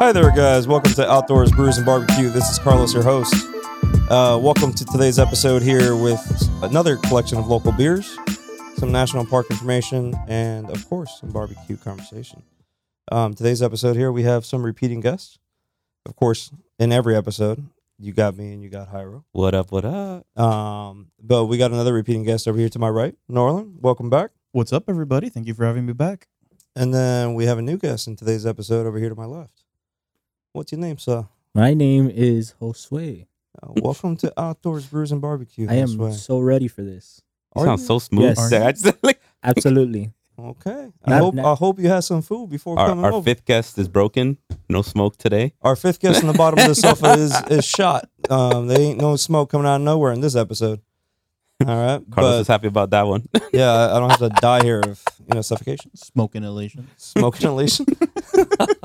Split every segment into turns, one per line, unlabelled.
Hi there, guys. Welcome to Outdoors Brews and Barbecue. This is Carlos, your host. Uh, welcome to today's episode here with another collection of local beers, some national park information, and of course, some barbecue conversation. Um, today's episode here, we have some repeating guests. Of course, in every episode, you got me and you got Hyro.
What up? What up?
Um, but we got another repeating guest over here to my right, Norlin. Welcome back.
What's up, everybody? Thank you for having me back.
And then we have a new guest in today's episode over here to my left. What's your name, sir?
My name is Josue.
Uh, welcome to Outdoors Brews and Barbecue.
I am
Josue.
so ready for this.
You
Are
sound
you?
so smooth.
Yes.
sir. I just- like,
Absolutely.
Okay. I
Not-
hope
not-
I hope you had some food before
our
coming
our
over.
fifth guest is broken. No smoke today.
Our fifth guest on the bottom of the sofa is is shot. Um, they ain't no smoke coming out of nowhere in this episode. All right,
Carlos is
but
happy about that one.
yeah, I I don't have to die here of you know suffocation,
Smoke inhalation.
smoke inhalation.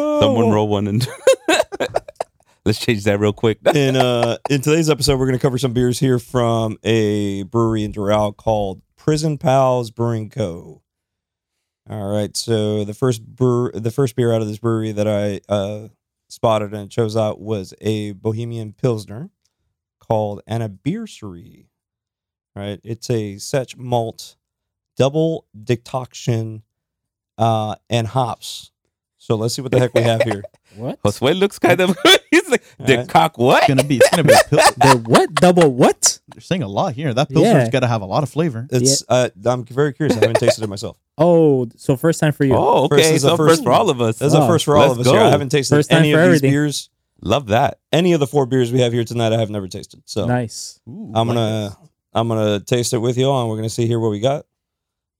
Oh.
Someone roll one and let's change that real quick.
in uh in today's episode we're going to cover some beers here from a brewery in Doral called Prison Pals Brewing Co. All right, so the first brew the first beer out of this brewery that I uh spotted and chose out was a Bohemian Pilsner called Anniversary. All right, it's a Sech malt double decoction uh and hops. So let's see what the heck we have here.
What?
Josue looks kind of. he's like,
All
the
right.
cock what?
It's gonna be. It's gonna be. A pil-
the what? Double what?
they're saying a lot here. That pilsner's
Yeah.
got to have a lot of flavor.
It's uh, I'm very curious. I haven't tasted it myself.
Oh, so first time for you.
Oh,
First
okay.
is the
so
first
first for all of us.
That's a
Wow.
first for all
Oh, Let's
of us here.
go.
I haven't tasted
First time
any of
for
these
everything.
beers.
Love that.
Any of the four beers we have here tonight, I have never tasted. So
Nice.
Ooh,
I'm
like
gonna I'm gonna taste it with you all, and we're gonna see here what we got.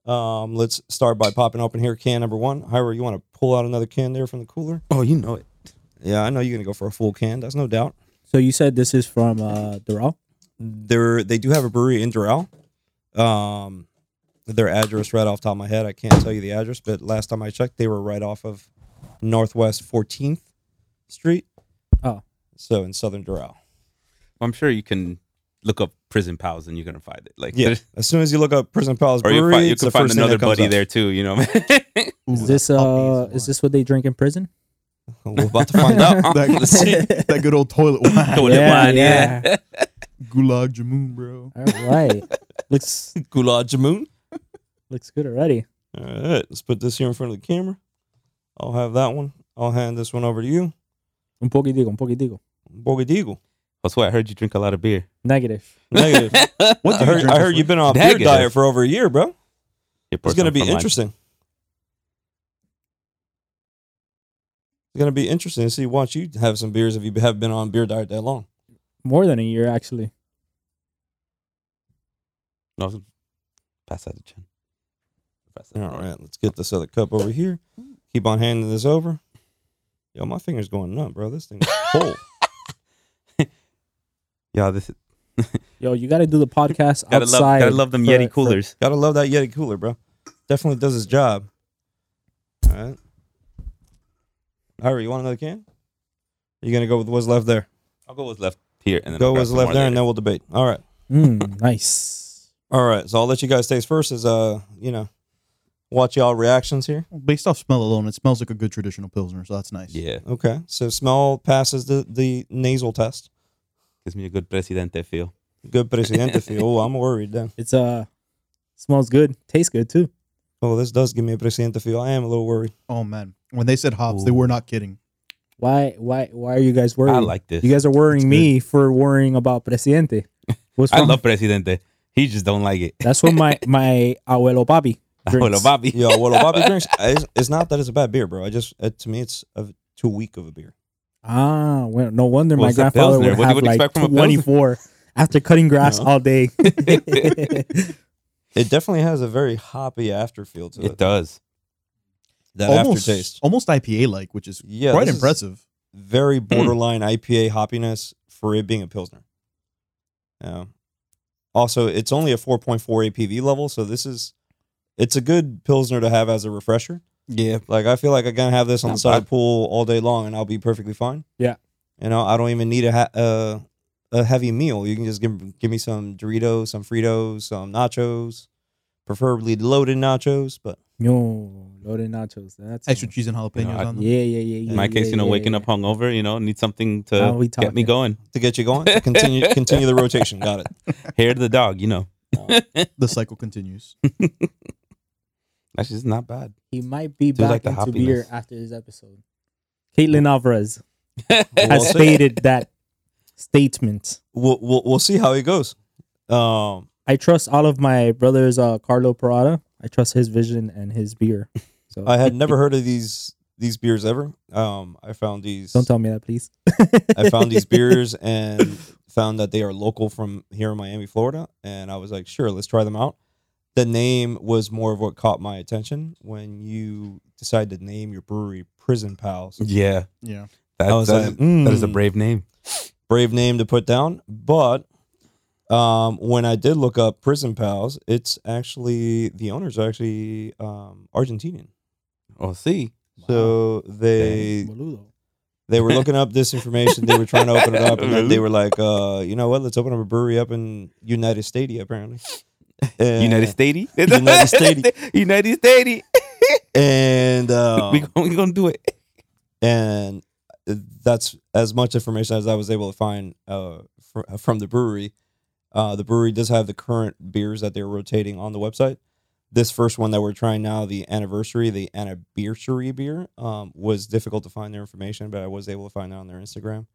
Um, let's start by popping open here can number one. Hyra, you want to pull out another can there from the cooler?
Oh, you know it.
Yeah, I know you're gonna go for a full can. That's no doubt.
So you said this is from uh Doral?
There, they do have a brewery in Doral. Um, their address right off the top of my head, I can't tell you the address, but last time I checked, they were right off of Northwest 14th Street.
Oh.
so in Southern Doral.
I'm sure you can look up prison pals and you're gonna find it. Like,
Yeah.
there's-
As soon as you look up Prison Palace
or you,
Brewery,
fi- you
it's
can
the
find
first thing that
another
comes
buddy
up.
there too. You know.
Ooh,
Is this
that puppy
uh is this what they drink in prison?
We're about to find out.
that, that good old toilet wine.
Toilet wine, yeah.
Gulag Jamun, bro.
All right. looks
Gulab Jamun.
looks good already.
All right, let's put this here in front of the camera. I'll have that one. I'll hand this one over to you,
Un poquitico, un poquitico.
Bogadigo.
Josue, I heard you drink a lot of beer.
Negative.
Negative.
What
I
do you
heard,
drink
I heard
for-
you've been on a beer
Negative.
diet for over a year, bro.
Your
It's gonna
personal
be
from mine.
interesting. It's gonna be interesting to see. Watch you have some beers if you have been on a beer diet that long.
More than a year actually.
No, pass that to Chen. Pass that.
All right, let's get this other cup over here. Keep on handing this over. Yo, my finger's going numb, bro. This thing is cold.
Yeah, this is,
Yo, you gotta do the podcast
gotta love
outside.
gotta love them
for-
Yeti
for-
coolers.
Gotta love that Yeti cooler, bro. Definitely does its job. All right. Ira, you want another can? Are you gonna go with what's left there?
I'll go with left here and then
go
I'll grab
what's
some
left
more
there, and
later.
then we'll debate. All right.
Mm, nice.
All right. So I'll let you guys taste first. Is uh, you know, watch y'all reactions here.
Based off smell alone, it smells like a good traditional pilsner, so that's nice.
Yeah,
Okay. So smell passes the the nasal test.
gives me a good presidente feel.
Good presidente feel. Oh, I'm worried then.
It's uh smells good. Tastes good too.
Oh, this does give me a presidente feel. I am a little worried.
Oh man, when they said hops, they
Ooh.
were not kidding.
Why why why are you guys worried?
I like this.
You guys are
It's
worrying
good.
me for worrying about presidente. What's
I
wrong?
love presidente. He just don't like it.
That's what my my abuelo papi drinks.
Abuelo Bobby.
Yo, what a Bobby drinks. It's, it's not that it's a bad beer, bro. I just it, to me it's a, too weak of a beer.
Ah, well, no wonder my
What's a
grandfather
Pilsner?
would
What do you
have
would
like
expect from a Pilsner?
twenty four after cutting grass
No.
all day.
It definitely has a very hoppy afterfeel to it.
It does.
that
almost,
aftertaste.
almost IPA like, which is
Yeah,
quite
this is
impressive.
Hmm.
Very borderline IPA hoppiness for it being a pilsner. Yeah. Also, it's only a 4.4 APV level, so this is it's a good pilsner to have as a refresher.
Yeah.
Like I feel like I can have this on
Not
the side of
bad.
the pool all day long, and I'll be perfectly fine.
Yeah.
You know, I don't even need a ha- uh, a heavy meal. You can just give give me some Doritos, some Fritos, some nachos, preferably loaded nachos. But
Yo, loaded nachos. That's
Extra cheese and jalapenos
I-
on them.
Yeah, yeah, yeah. yeah
In my case,
yeah,
you know,
yeah,
waking
yeah.
up hungover, you know, need something to
How we
get me
talking?
going.
to get you going, to continue continue the rotation. Got it.
Hair to the dog, you know.
The cycle continues.
That's just not bad.
He might be
Do like
back
the
into beer
happiness.
after this episode. Caitlin Alvarez
We'll
has
see.
stated that statement.
We'll, we'll we'll see how it goes. Um,
I trust all of my brothers, uh, Carlo Parada. I trust his vision and his beer. So
I had never heard of these these beers ever. Um, I found these.
don't tell me that, please.
I found these beers and found that they are local from here in Miami, Florida. And I was like, sure, let's try them out. The name was more of what caught my attention when you decide to name your brewery Prison Pals.
Yeah.
Yeah.
That,
I was
that-
like, mm,
that is
Hmm.
a brave name.
brave name to put down. But um, when I did look up Prison Pals, it's actually, the owners are actually um, Argentinian.
Oh, see.
So they
Boludo.
They were looking up this information. They were trying to open it up, and then they were like, uh, "You know what? Let's open up a brewery up in United Stadia, apparently." And,
United States.
United States.
United States.
and
Oh.
um,
We're going to do it.
and that's as much information as I was able to find uh, fr- from the brewery. Uh, the brewery does have the current beers that they're rotating on the website. This first one that we're trying now, the anniversary, the anniversary beer, um, was difficult to find their information, but I was able to find it on their Instagram.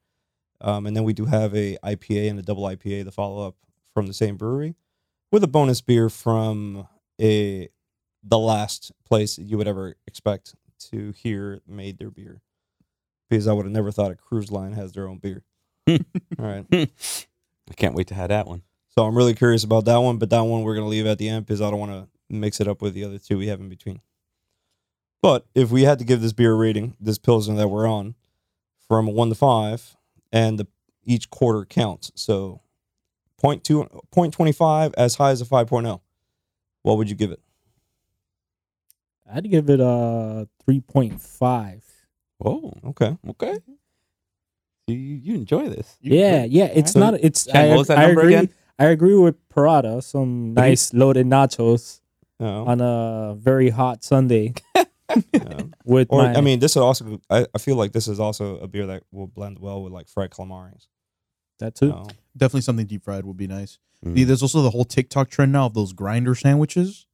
Um, and then we do have a IPA and a double IPA, the follow up from the same brewery, with a bonus beer from a the last place you would ever expect to hear made their beer because I would have never thought a cruise line has their own beer. All right.
I can't wait to have that one.
So I'm really curious about that one, but that one we're going to leave at the end because I don't want to mix it up with the other two we have in between. But if we had to give this beer a rating, this Pilsner that we're on, from a one to five, and the, each quarter counts. So 0.2, 0.25, as high as a 5.0. What would you give it?
I'd give it a three point five.
Oh,
Okay.
okay. You, you enjoy this.
Yeah, yeah. It's
Alright.
not. It's.
Ken,
I,
what was that
I
number
agree.
again?
I agree with Parada. Some
Three- Oh.
nice loaded nachos
No.
on a very hot Sunday
no.
with
Or,
my.
I mean, this is also, I, I feel like this is also a beer that will blend well with like fried calamaris.
that too.
No.
Definitely something deep fried would be nice.
Mm.
The- There's also the whole TikTok trend now of those grinder sandwiches.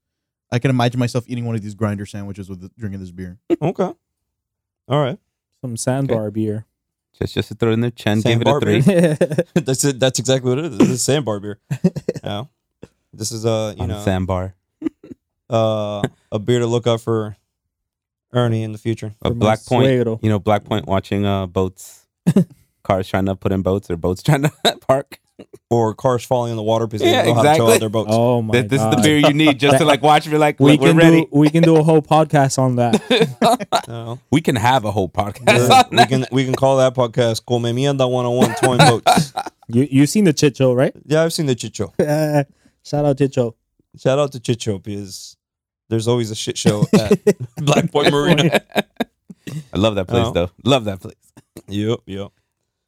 I can imagine myself eating one of these grinder sandwiches with the, drinking this beer.
Okay. All right.
Some sandbar beer.
Just, just to throw it in there. Chen
Sam
gave it a
Barber.
three.
that's it. That's exactly what it is. This is sandbar beer. Yeah. This is uh, you
on
know
sandbar.
uh, a beer to look up for Ernie in the future.
A
For my
black point.
suegro.
You know, black point watching uh boats. Cars trying to put in boats or boats trying to park.
Or cars falling in the water because
Yeah,
they don't know how to tow out
exactly.
their boats.
Oh my
Th- this
god.
is the beer you need just to like watch. Be like,
we
look, we're
can
ready.
do. We can do a whole podcast on that.
No.
we can have a whole podcast.
Yeah,
on
we
that.
can we can call that podcast Comemienda 101 Toy Boats.
You you seen the Chicho right?
Yeah, I've seen the Chicho.
Shout out Chicho.
Shout out to Chicho because there's always a shit show at Black Point Marina.
I love that place
Oh.
though. Love that place.
yep, yep.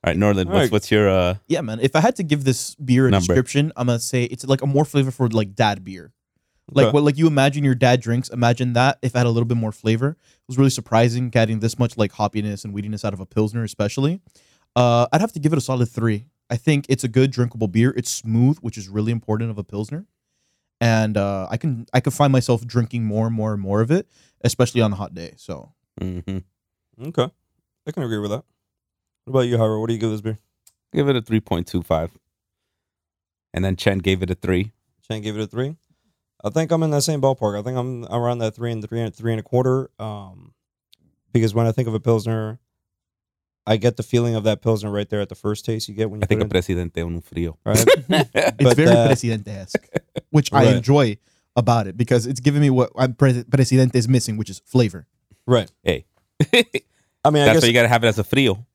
All right, Norland,
All
what's
right.
what's your uh
Yeah, man. If I had to give this beer a
Number.
description, I'm gonna say it's like a more flavor for like dad beer. Like
Okay.
what like you imagine your dad drinks. Imagine that if it had a little bit more flavor. It was really surprising getting this much like hoppiness and weediness out of a pilsner, especially. Uh, I'd have to give it a solid three. I think it's a good drinkable beer. It's smooth, which is really important of a pilsner, and uh, I can I could find myself drinking more and more and more of it, especially on a hot day. So
mhm.
Okay. I can agree with that. What about you, Howard? What do you give this beer?
give it a three point two five. And then Chen gave it a three.
Shane gave it a three. I think I'm in that same ballpark. I think I'm around that three and three and three and a quarter. Um, because when I think of a pilsner, I get the feeling of that pilsner right there at the first taste you get when you
I think a
put it.
presidente un frío.
Right?
it's
But,
very
uh,
presidente-esque, which I
Right.
enjoy about it because it's giving me what I'm pres- presidente is missing, which is flavor.
right.
hey.
I mean, I
That's
guess.
why you gotta have it as a frío.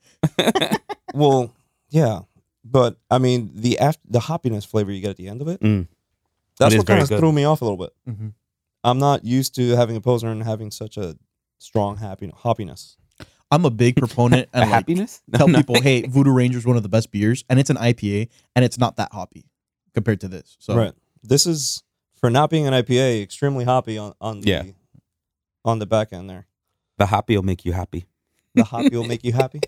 well, yeah, but I mean the after the hoppiness flavor you get at the end of it.
Mm.
That's
It is
what kind
very
of
good.
threw me off a little bit.
Mm-hmm.
I'm not used to having a pilsner and having such a strong happy hoppiness.
I I'm a big proponent and like
happiness?
tell
No, no.
people, hey, Voodoo Ranger is one of the best beers, and it's an IPA, and it's not that hoppy compared to this. So
Right. This is for not being an IPA, extremely hoppy on on the
Yeah.
on the back end there.
The happy will make you happy.
The hoppy will make you happy.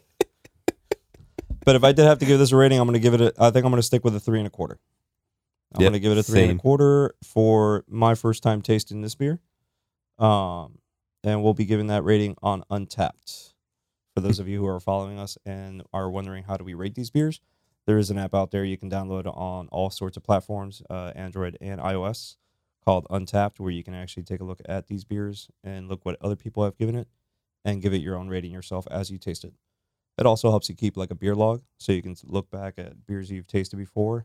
But if I did have to give this a rating, I'm going to give it. A, I think I'm going to stick with a three and a quarter. I'm
Yep,
going to give it a three and
same.
a quarter for my first time tasting this beer. Um, and we'll be giving that rating on Untapped. For those of you who are following us and are wondering how do we rate these beers, there is an app out there you can download on all sorts of platforms, uh, Android and iOS, called Untapped, where you can actually take a look at these beers and look what other people have given it, and give it your own rating yourself as you taste it. It also helps you keep like a beer log, so you can look back at beers you've tasted before.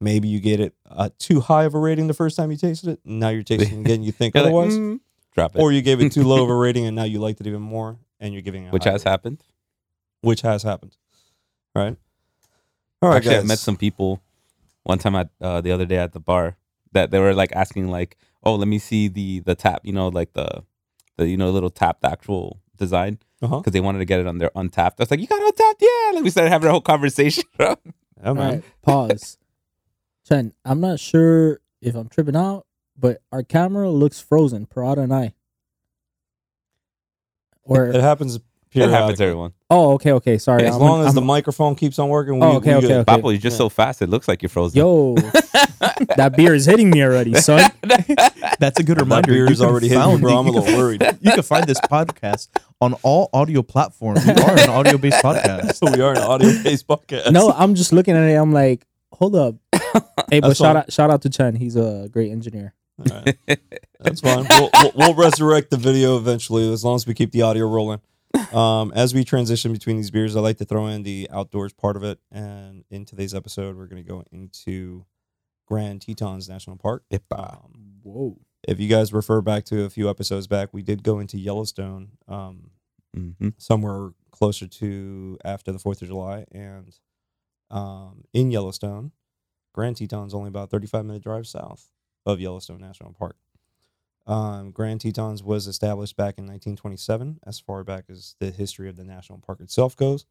Maybe you get it uh, too high of a rating the first time you tasted it. Now you're tasting again, you think
You're like,
otherwise
"Mm, drop it.
or you gave it too low of a rating and now you liked it even more and you're giving it a
which
higher
has
rating,
happened.
which has happened right all right
Actually,
guys
I met some people one time at uh, the other day at the bar that they were like asking like, "Oh, let me see the the tap," you know, like the the you know little tap, the actual design,
uh-huh.
because they wanted to get it on their untapped. I was like, "You got untapped? Yeah!" Like we started having a whole conversation. Bro.
Yeah,
All
man.
right, pause. Chen, I'm not sure if I'm tripping out, but our camera looks frozen, Parada and I.
it
Or
happens
It happens to
periodically.
everyone.
oh, okay, okay, sorry.
as
I'm
long
on-
as the
I'm-
microphone keeps on working we,
Oh, okay,
we good.
okay,
Papo, you're just
Yeah.
so fast. It looks like you're frozen.
yo, that beer is hitting me already, son.
that's a good
my
reminder.
beer
You
is
can
already hitting me
found-
bro i'm a
you can
little worried
you can find this podcast on all audio platforms. We are an audio based podcast.
so we are an audio-based podcast
No, I'm just looking at it. I'm like, hold up. Hey, but
That's
shout
all.
out, shout out to Chen. He's a great engineer.
All right. That's fine. We'll, we'll, we'll resurrect the video eventually, as long as we keep the audio rolling. Um, as we transition between these beers, I like to throw in the outdoors part of it. And in today's episode, we're going to go into Grand Tetons National Park.
Epa.
Um,
Whoa.
if you guys refer back to a few episodes back, we did go into Yellowstone um,
Mhm.
somewhere closer to after the Fourth of July, and um, in Yellowstone, Grand Teton's only about thirty-five minute drive south of Yellowstone National Park. Um, Grand Tetons was established back in 1927, as far back as the history of the national park itself goes.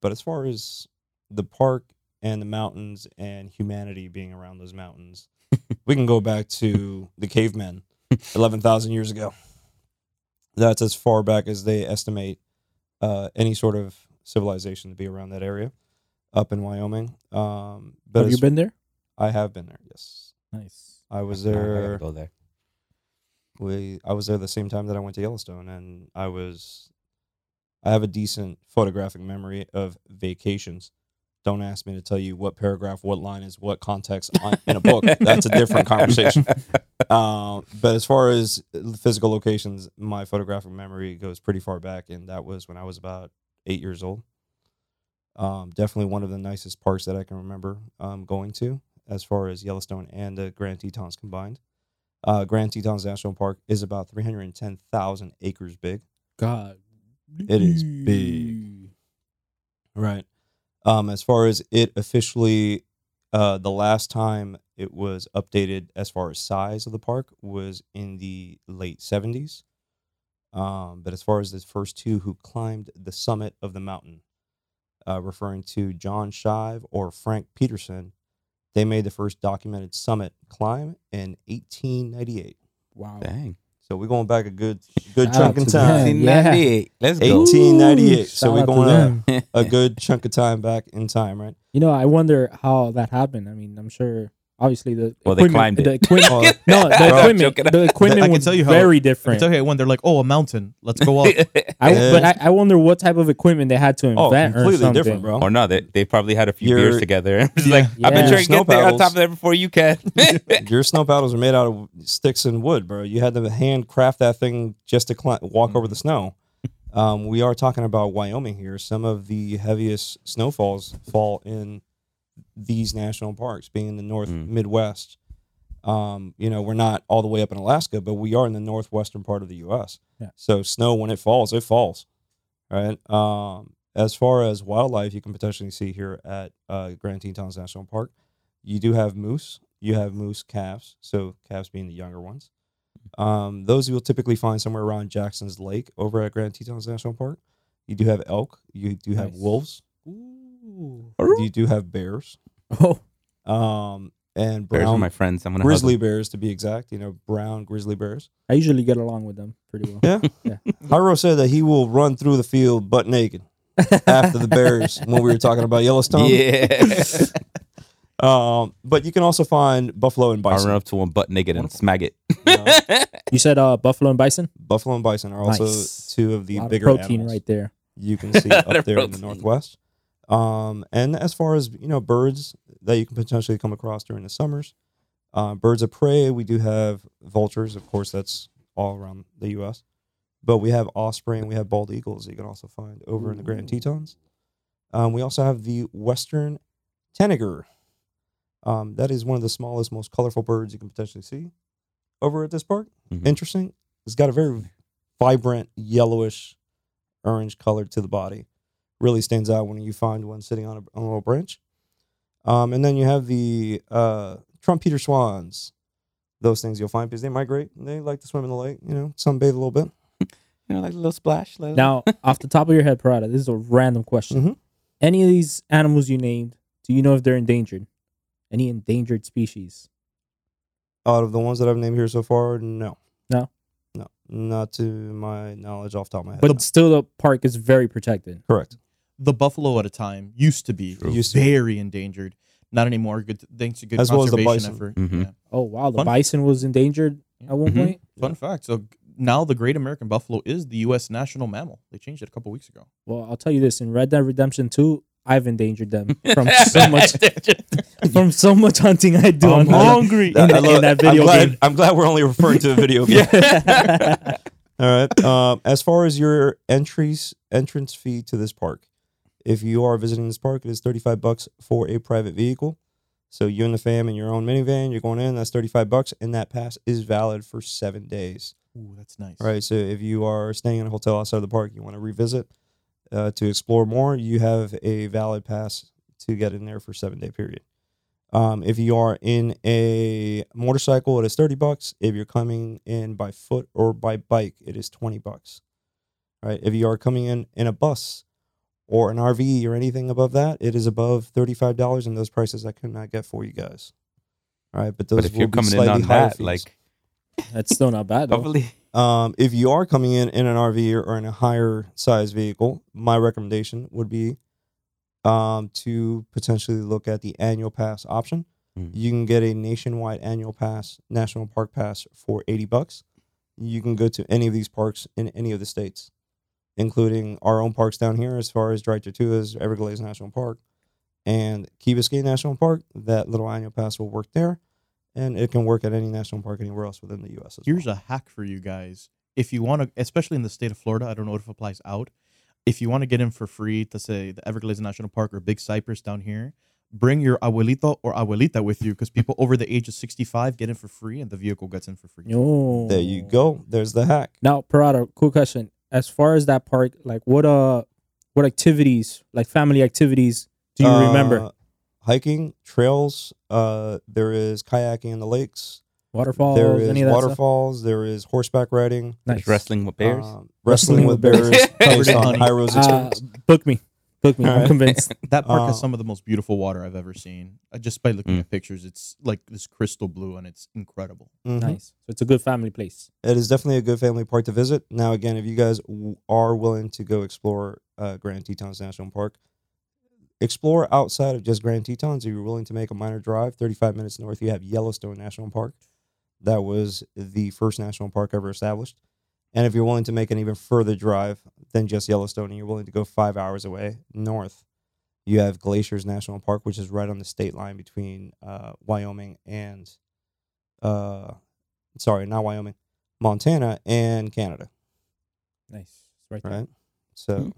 But as far as the park and the mountains and humanity being around those mountains, we can go back to the cavemen 11,000 years ago. That's as far back as they estimate uh, any sort of civilization to be around that area up in Wyoming. Um, but
Have you
as-
been there?
I have been there, yes.
Nice.
I was
I gotta
there
go there.
we I was there the same time that I went to Yellowstone and I was I have a decent photographic memory of vacations. Don't ask me to tell you what paragraph, what line is what context on, in a book. That's a different conversation. Um, but as far as physical locations, my photographic memory goes pretty far back, and that was when I was about eight years old. Um, definitely one of the nicest parks that I can remember um, going to, as far as Yellowstone and the Grand Tetons combined. Uh, Grand Tetons National Park is about 310,000 acres big.
God.
It is big. Right. Um, as far as it officially, uh, the last time it was updated as far as size of the park was in the late 70s. Um, but as far as the first two who climbed the summit of the mountain, uh, referring to John Shive or Frank Peterson, they made the first documented summit climb in 1898.
Wow.
Oh.
Dang.
So we're going back a good, good
Shout
chunk
out
in
to them.
time.
1998. Let's go.
1898. So
Shout
we're
out to
going
them.
a, a good chunk of time back in time, right?
You know, I wonder how that happened. I mean, I'm sure. Obviously, the
Well, they
equipment-
climbed it.
The equipment,
Oh,
no, the
Bro,
equipment,
joking.
the
I
equipment
can
was
tell you how-
very
It's
different.
okay when they're like, oh, a mountain, let's go up.
I,
Yeah.
But I, I wonder what type of equipment they had to
oh,
invent or
completely
something.
different, bro.
Oh, or no, they, they probably had a few
Your-
beers together. It's
Yeah.
like, I bet
Yeah.
you I can
Snow
get there on
paddles.
top of there before you can.
Your snow paddles are made out of sticks and wood, bro. You had to hand craft that thing just to climb, walk over the snow. Um, we are talking about Wyoming here. Some of the heaviest snowfalls fall in these national parks, being in the north
Mm.
Midwest. Um, you know, we're not all the way up in Alaska, but we are in the northwestern part of the U.S.
Yeah.
So snow, when it falls, it falls. Right. Um, as far as wildlife, you can potentially see here at uh, Grand Tetons National Park, you do have moose. You have moose calves, so calves being the younger ones. Um, those you'll typically find somewhere around Jackson's Lake over at Grand Tetons National Park. You do have elk. You do have
Nice.
wolves.
Ooh.
You do have bears.
Oh,
Um, and
Bears
brown
are my friends. I'm gonna hug
grizzly
them.
bears to be exact. You know, brown grizzly bears.
I usually get along with them pretty well.
Yeah.
Yeah.
Hyro said that he will run through the field butt naked after the bears when we were talking about Yellowstone.
Yeah,
Um, but you can also find buffalo and
I run
bison.
up to one butt naked and
Wonderful.
smack it.
you know?
You said uh, buffalo and bison.
buffalo and bison are also
Nice.
two of the
Lot of
bigger
protein
animals
right there.
you can see
Lot
up
of
there in the
protein.
northwest. Um, and as far as you know, birds that you can potentially come across during the summers, uh, birds of prey. We do have vultures, of course. That's all around the U.S. But we have osprey and we have bald eagles. that You can also find over in the Grand Tetons. Um, we also have the western tanager. Um, that is one of the smallest, most colorful birds you can potentially see over at this park.
Mhm.
Interesting. It's got a very vibrant, yellowish, orange color to the body. Really stands out when you find one sitting on a, on a little branch. Um, and then you have the uh, trumpeter swans. Those things you'll find because they migrate. And they like to swim in the lake. You know, sunbathe a little bit.
You know, like a little splash. Little.
Now, off the top of your head, Parada, this is a random question.
Mhm.
Any of these animals you named, do you know if they're endangered? Any endangered species?
Out of the ones that I've named here so far, no,
No?
no, not to my knowledge off Uh, the top of my head.
But
no.
still, the park is very protected.
correct.
The buffalo at a time used to be
True.
Used to be.
very endangered. Not anymore. Good thanks to good
As well as the
conservation
bison. Mm-hmm.
effort.
Mhm.
Yeah.
Oh wow, the
Fun-
bison was endangered at one
Mhm.
point.
Fun fact. So now the great American buffalo is the U.S. national mammal. They changed it a couple weeks ago.
Well, I'll tell you this: in Red Dead Redemption Two, I've endangered them from so much from so much hunting I
Oh,
do. on that-
hungry.
in,
I
that- in
love-
that video
I'm glad,
game.
I'm glad we're only referring to a video game.
Yeah.
All right. Um, as far as your entries entrance fee to this park, if you are visiting this park, it is thirty five bucks for a private vehicle. So you and the fam in your own minivan, you're going in. That's thirty five bucks, and that pass is valid for seven days.
Ooh, that's nice.
All right. So if you are staying in a hotel outside of the park, you want to revisit uh, to explore more, you have a valid pass to get in there for seven day period. Um, if you are in a motorcycle, it is thirty bucks. If you're coming in by foot or by bike, it is twenty bucks. Right. If you are coming in in a bus or an RV or anything above that, it is above thirty five dollars, and those prices I could not get for you guys. All right, but those
But if
will
you're
be
coming in
slightly
on
higher
that,
fees.
like
That's still not bad. Though.
probably
Um, if you are coming in in an RV or, or in a higher size vehicle, my recommendation would be um, to potentially look at the annual pass option.
Mm.
You can get a nationwide annual pass, national park pass for 80 bucks. You can go to any of these parks in any of the states, including our own parks down here, as far as Dry Tortugas, Everglades National Park, and Key Biscayne National Park. That little annual pass will work there, and it can work at any national park anywhere else within the U.S. As
Here's
well.
a hack for you guys. If you want to, especially in the state of Florida, I don't know if it applies out. If you want to get in for free to say the Everglades National Park or Big Cypress down here, bring your abuelito or abuelita with you because people over the age of 65 get in for free and the vehicle gets in for free.
No.
There you go. There's the hack.
Now, Parada, cool question. As far as that park, like what uh, what activities, like family activities, do you remember?
Uh, Hiking, trails, uh, there is kayaking in the lakes.
Waterfalls,
there is
any of that stuff?
waterfalls. There is horseback riding.
Nice.
wrestling with bears.
um, wrestling,
Wrestling
with bears.
with
bears.
based
Covered in
on
honey.
Hyro's
Uh,
experience.
book me, book me. I'm
Alright.
convinced.
That park
Uh,
has some of the most beautiful water I've ever seen. Uh, Just by looking
Mm.
at pictures, it's like this crystal blue and it's incredible.
Mhm.
Nice. So it's a good family place.
It is definitely a good family park to visit. Now, again, if you guys w- are willing to go explore uh, Grand Tetons National Park, explore outside of just Grand Tetons. If you're willing to make a minor drive, 35 minutes north, you have Yellowstone National Park. That was the first national park ever established. And if you're willing to make an even further drive than just Yellowstone and you're willing to go five hours away north, you have Glaciers National Park, which is right on the state line between uh, Wyoming and, uh, sorry, not Wyoming, Montana and Canada,
Nice. Right. there.
right? So,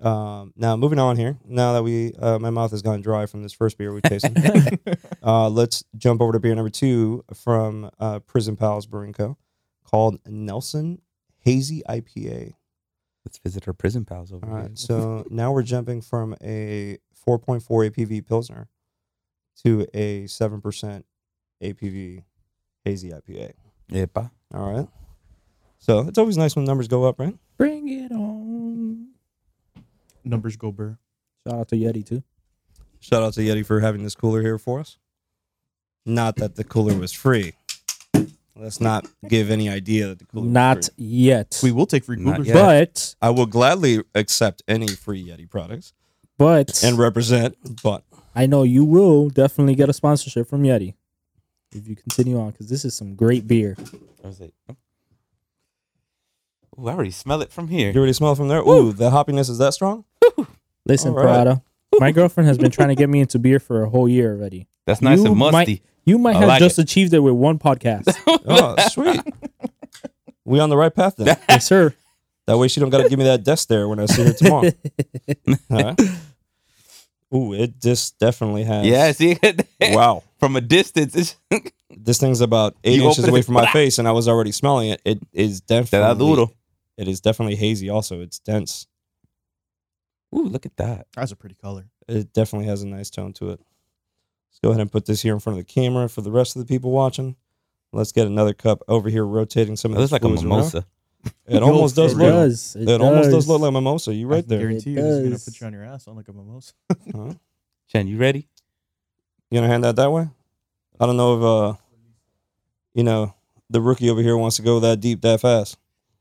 um, now moving on here. Now that we, uh, my mouth has gone dry from this first beer we've tasted. Uh, let's jump over to beer number two from uh, Prison Pals Brewing Co. called Nelson Hazy IPA.
Let's visit our prison pals over
All
here.
right, so now we're jumping from a 4.4 APV Pilsner to a 7% APV Hazy IPA.
Epa.
All right. So it's always nice when numbers go up, right?
Bring it on.
Numbers go burr.
Shout out to Yeti too.
Shout out to Yeti for having this cooler here for us. Not that the cooler was free. Let's not give any idea that the cooler was
Not
free.
yet.
We will take free
Not
Googlers.
yet.
But
But
I will gladly accept any free Yeti products
but
and represent, but
I know you will definitely get a sponsorship from Yeti if you continue on because this is some great beer.
I was like, oh. Ooh, I already smell it from
you
here.
already smell from there. Ooh, the hoppiness is that strong?
Listen,
All right.
Prada, my girlfriend has been trying to get me into beer for a whole year already.
That's nice
You
and
might-
musty.
You might
I
have
like
just achieved it with one podcast.
Oh, sweet. We on the right path then.
yes, sir.
That way she don't gotta give me that death stare when I see her tomorrow. All right. Ooh, it just definitely has.
Yeah, see
Wow.
from a distance. It's
This thing's about eight
You
inches
open it,
away from my
blah.
face, and I was already smelling it. It is
Te da
definitely
duro.
It is definitely hazy. Also, it's dense.
Ooh, look at that.
that's a pretty color.
It definitely has a nice tone to it. Let's go ahead and put this here in front of the camera for the rest of the people watching. Let's get another cup over here, rotating some
It
of this.
looks like a mimosa.
It almost
Yo,
does
it
look.
does. It,
It almost does look like a mimosa. You
I
right
can
there.
guarantee you
It
this is gonna
does.
put you on your ass on like a mimosa.
Huh?
Chen, you ready?
You gonna hand that that way? I don't know if uh, you know, the rookie over here wants to go that deep that fast.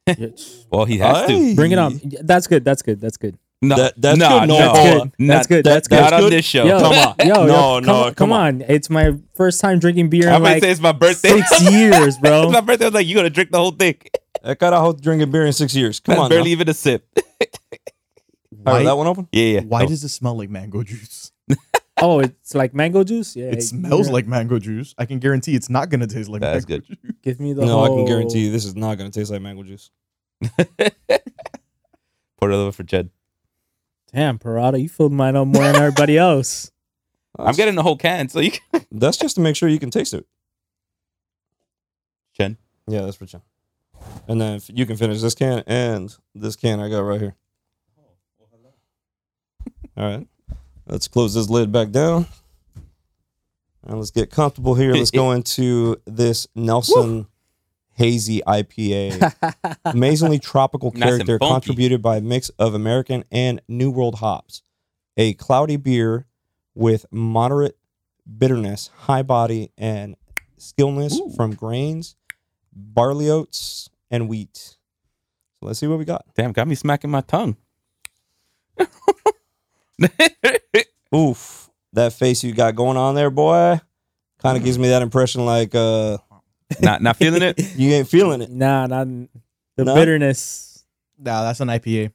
Yes.
Well, he has to.
Aye.
Bring it on. That's good. That's good. That's good.
No,
That- that's
no,
good, no,
no,
That's
Paula.
good. That's good. That's good.
that's
Not on
good.
this show.
Yo,
Come on.
yo,
No,
yo, come,
no,
on-
come
come on. It's my first time drinking beer
I
in
might
like
say it's my birthday.
six years,
it's
bro.
my birthday. I was like, you gonna drink the whole thing?
I got out drinking beer in six years. Come
That's
on, now.
barely even a sip.
All right,
Why-
that one open.
Yeah, yeah.
Why
No.
does it smell like mango juice?
Oh, it's like mango juice. Yeah,
It smells
yeah.
like mango juice. I can guarantee it's not gonna taste like
That's
mango
good.
juice.
Give me the.
No, I can
whole-
guarantee you, this is not gonna taste like mango juice.
pour it over for Jed?
Damn, Parada, you filled mine up more than everybody else.
I'm getting the whole can, so you can.
That's just to make sure you can taste it.
Chen,
Yeah, that's for Jim. And then if you can finish this can and this can I got right here. All right. Let's close this lid back down. And let's get comfortable here. Let's go into this Nelson Hazy IPA. Amazingly tropical
Nice and
character
funky.
contributed by a mix of American and New World hops. A cloudy beer with moderate bitterness, high body, and skillness
Ooh.
from grains, barley oats, and wheat. So let's see what we got.
damn, got me smacking my tongue.
Oof, that face you got going on there, boy, kind of gives me that impression like uh
not, not feeling it.
you ain't feeling it.
Nah, not the
No?
bitterness.
Nah, that's an IPA.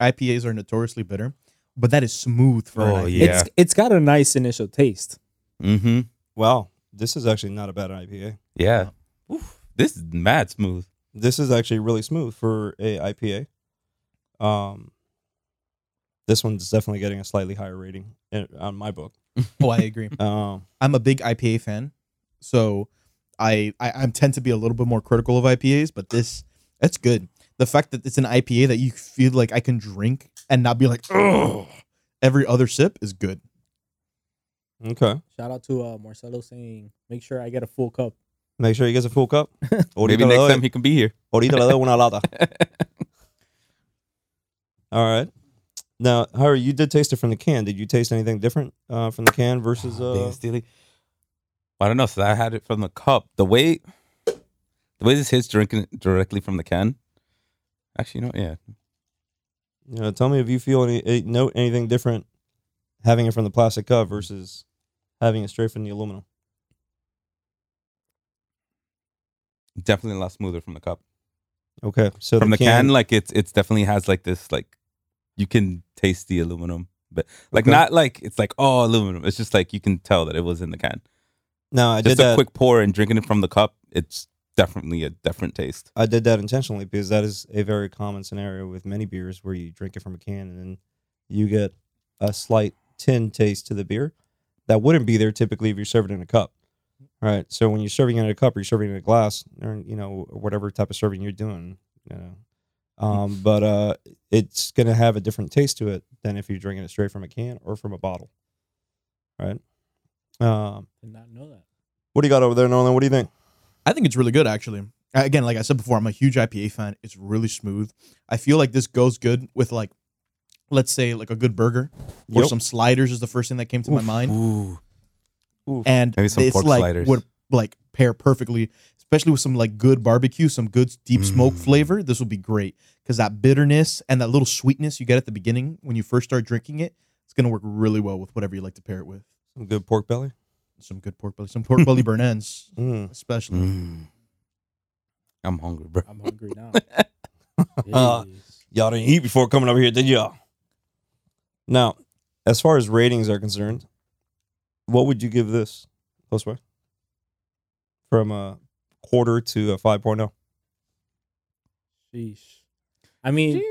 IPAs are notoriously bitter, but that is smooth for an
Oh,
IPA.
yeah.
It's it's got a nice initial taste.
Mm-hmm.
Wow, this is actually not a bad IPA.
Yeah. Oof, this is mad smooth.
This is actually really smooth for a IPA. Um, this one's definitely getting a slightly higher rating in, on my book.
Oh, I agree.
Um,
I'm a big IPA fan, so I, I I tend to be a little bit more critical of IPAs, but this that's good. The fact that it's an IPA that you feel like I can drink and not be like oh every other sip is good.
okay,
Shout out to uh, Marcelo saying, make sure I get a full cup.
make sure you get a full cup.
Maybe
Ahorita le
next
doy-
time he can be here.
Ahorita le doy una lata. All right. Now, Harry, you did taste it from the can. Did you taste anything different uh, from the can versus?
Oh, damn,
Uh,
Steely. I don't know. So I had it from the cup. The way, the way this hits drinking it directly from the can. Actually, no. Yeah.
you know, tell me if you feel any eh, note anything different having it from the plastic cup versus having it straight from the aluminum.
definitely a lot smoother from the cup.
Okay, so
from the can, like it's it's definitely has like this like you can taste the aluminum, but like
Okay.
not like it's like oh aluminum. It's just like you can tell that it was in the can.
No, I did
just a
that.
quick pour and drinking it from the cup. It's definitely a different taste.
I did that intentionally because that is a very common scenario with many beers where you drink it from a can and then you get a slight tin taste to the beer that wouldn't be there typically if you're serving it in a cup. Right. So when you're serving it in a cup or you're serving it in a glass or you know whatever type of serving you're doing, you know, um, but uh, it's gonna have a different taste to it than if you're drinking it straight from a can or from a bottle. Right. Um,
Did not know that.
what do you got over there, Nolan? What do you think?
I think it's really good actually. Uh, Again, like I said before, I'm a huge IPA fan. It's really smooth. I feel like this goes good with like, let's say like a good burger or
Yep.
some sliders is the first thing that came to my mind.
Ooh.
And
Maybe some
it's
pork
like
sliders.
would like pair perfectly, especially with some like good barbecue, some good deep smoke
Mm.
flavor. This would be great because that bitterness and that little sweetness you get at the beginning when you first start drinking it, it's gonna work really well with whatever you like to pair it with.
Some good pork belly.
Some good pork belly, some pork belly burn ends,
Mm.
especially.
Mm. I'm hungry, bro.
I'm hungry now.
Uh,
Jeez.
Y'all didn't eat before coming over here, did y'all? Now, as far as ratings are concerned, what would you give this? Josue? From a quarter to a oh. 5.0.
Sheesh. I mean,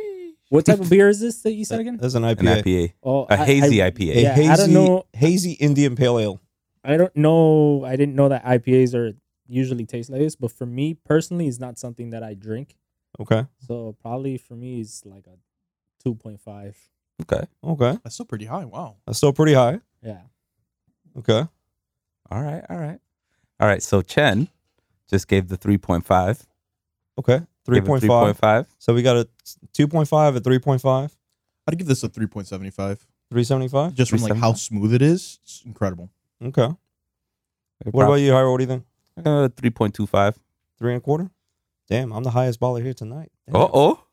what type of beer is this that you said again?
That's an IPA.
An IPA.
Oh,
A
I- I-
hazy IPA.
A
Yeah,
hazy,
I don't know.
hazy Indian Pale Ale.
I don't know. I didn't know that IPAs are usually taste like this, but for me personally, it's not something that I drink.
Okay.
So probably for me, it's like a two point five.
Okay.
Okay.
That's still pretty high. Wow.
That's still pretty high.
Yeah.
Okay.
All right. All right. All right. So Chen just gave the 3.5.
Okay.
Gave it
3.5.
3.5.
So we got a 2.5 at 3.5,
I'd give this a 3.75.
375.
Just from like how
3.75.
smooth it is, it's incredible.
Okay. What about you, Hyro? What do you think?
Uh, 3.25.
Three and a quarter? Damn, I'm the highest baller here tonight. Damn.
Uh oh.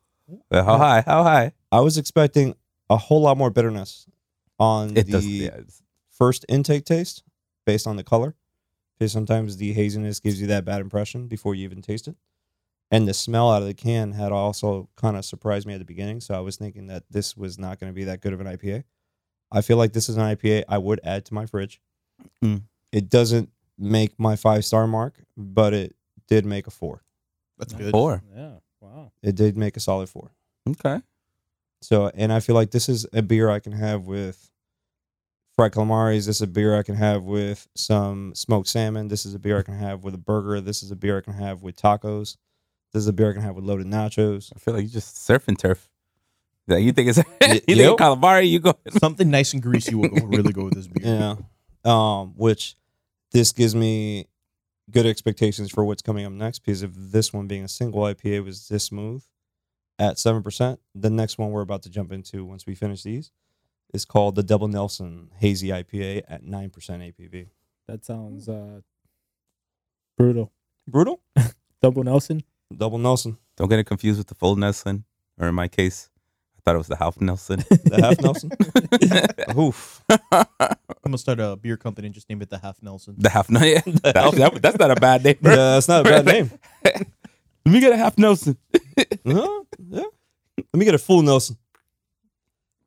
How high? How high?
I was expecting a whole lot more bitterness on
It
the
does. Yeah, it's-
first intake taste based on the color. Because sometimes the haziness gives you that bad impression before you even taste it. And the smell out of the can had also kind of surprised me at the beginning. So I was thinking that this was not going to be that good of an IPA. I feel like this is an IPA I would add to my fridge.
Mm.
It doesn't make my five star mark, but it did make a four.
That's
Not
good.
Four.
Yeah. Wow.
It did make a solid four.
Okay.
So, and I feel like this is a beer I can have with fried calamari. This is a beer I can have with some smoked salmon. This is a beer I can have with a burger. This is a beer I can have with tacos. This is a beer I can have with loaded nachos.
I feel like you just surf and turf. Yeah, you think it's you think
yep.
calamari? You go.
Something nice and greasy will go, really go with this beer.
Yeah. Um, which this gives me good expectations for what's coming up next because if this one being a single IPA was this smooth at 7%, the next one we're about to jump into once we finish these is called the Double Nelson Hazy IPA at 9% APV.
That sounds uh brutal.
Brutal?
Double Nelson.
Double Nelson.
Don't get it confused with the full Nelson, or in my case, I thought it was the half Nelson.
The half Nelson. Oof.
I'm gonna start a beer company and just name it the Half Nelson.
the half Nelson. Yeah. That- that- that's not a bad name.
Yeah,
Bro.
that's not a bad name.
Let me get a half Nelson.
Huh? Uh-huh, yeah. Let me get a full Nelson.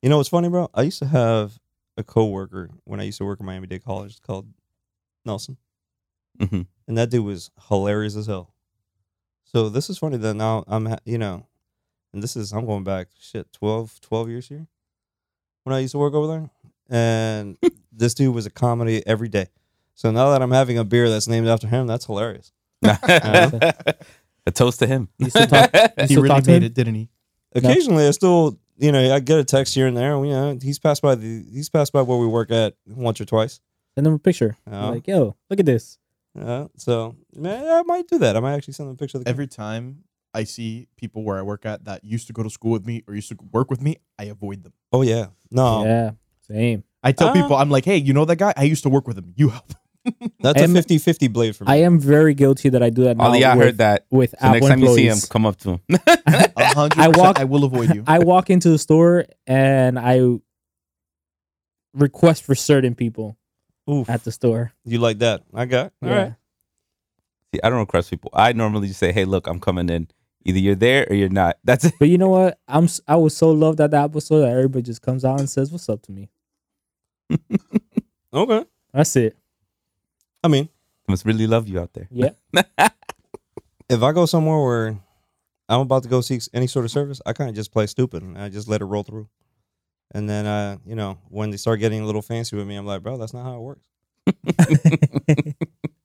You know what's funny, bro? I used to have a coworker when I used to work at Miami Dade College called Nelson,
Mhm.
and that dude was hilarious as hell. So this is funny that now I'm, ha- you know, and this is I'm going back shit 12, 12 years here when I used to work over there, and this dude was a comedy every day. So now that I'm having a beer that's named after him, that's hilarious.
a toast to him.
You still talk-
He
still
really
talk to
made
him?
it, didn't he?
occasionally I still you know I get a text here and there. You know he's passed by the he's passed by where we work at once or twice.
Send them a picture.
Oh.
Like, yo, look at this.
Uh, so man, I might do that. I might actually send him a picture of the
Every time I see people where I work at that used to go to school with me or used to work with me, I avoid them.
Oh yeah, no,
Yeah. Same.
I tell
Ah.
people, I'm like, hey, you know that guy? I used to work with him. You help.
that's a
Em-
50-50 blade for me.
I am very guilty that I do that now.
Oh yeah, I
with,
heard that.
With
So next
Apple
time you see him,
employees.
come up to him.
A hundred.
I
percent,
walk-
I will avoid you.
I walk into the store and I request for certain people
Oof,
at the store.
you like that? I got all right.
Yeah.
See, I don't request people. I normally just say, "Hey, look, I'm coming in. Either you're there or you're not." That's it.
But you know what? I'm s- I was so loved at the Apple store that everybody just comes out and says, "What's up to me?"
Okay,
That's it.
I mean
They must really love you out there.
Yeah.
if I go somewhere where I'm about to go seek any sort of service, I kind of just play stupid and I just let it roll through. And then, uh, you know, when they start getting a little fancy with me, I'm like, bro, that's not how it works.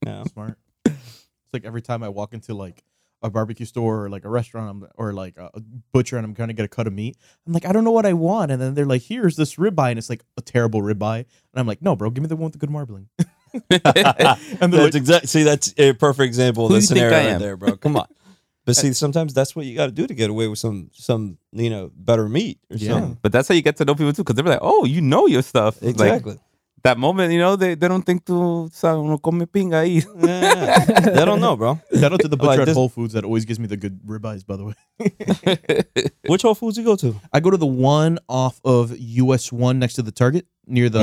yeah.
Smart. It's like every time I walk into like a barbecue store or like a restaurant I'm- or like a a butcher and I'm trying to get a cut of meat, I'm like, I don't know what I want. And then they're like, here's this ribeye. And it's like a terrible ribeye. And I'm like, no, bro, give me the one with the good marbling. and they're
That's
like,
exact. See, that's a perfect example of
Who
the
you think
scenario
I
right
am?
there, bro. Come on. But see, sometimes that's what you got to do to get away with some some you know better meat or
Yeah.
something.
But that's how you get to know people too, because they're like, oh, you know your stuff. Like,
Exactly.
that moment, you know, they, they don't think to uno come pinga ahí.
yeah. They don't know, bro.
Shout out to the butcher
Like
at
this-
Whole Foods that always gives me the good ribeyes. By the way,
Which Whole Foods you go to?
I go to the one off of US One next to the Target near the,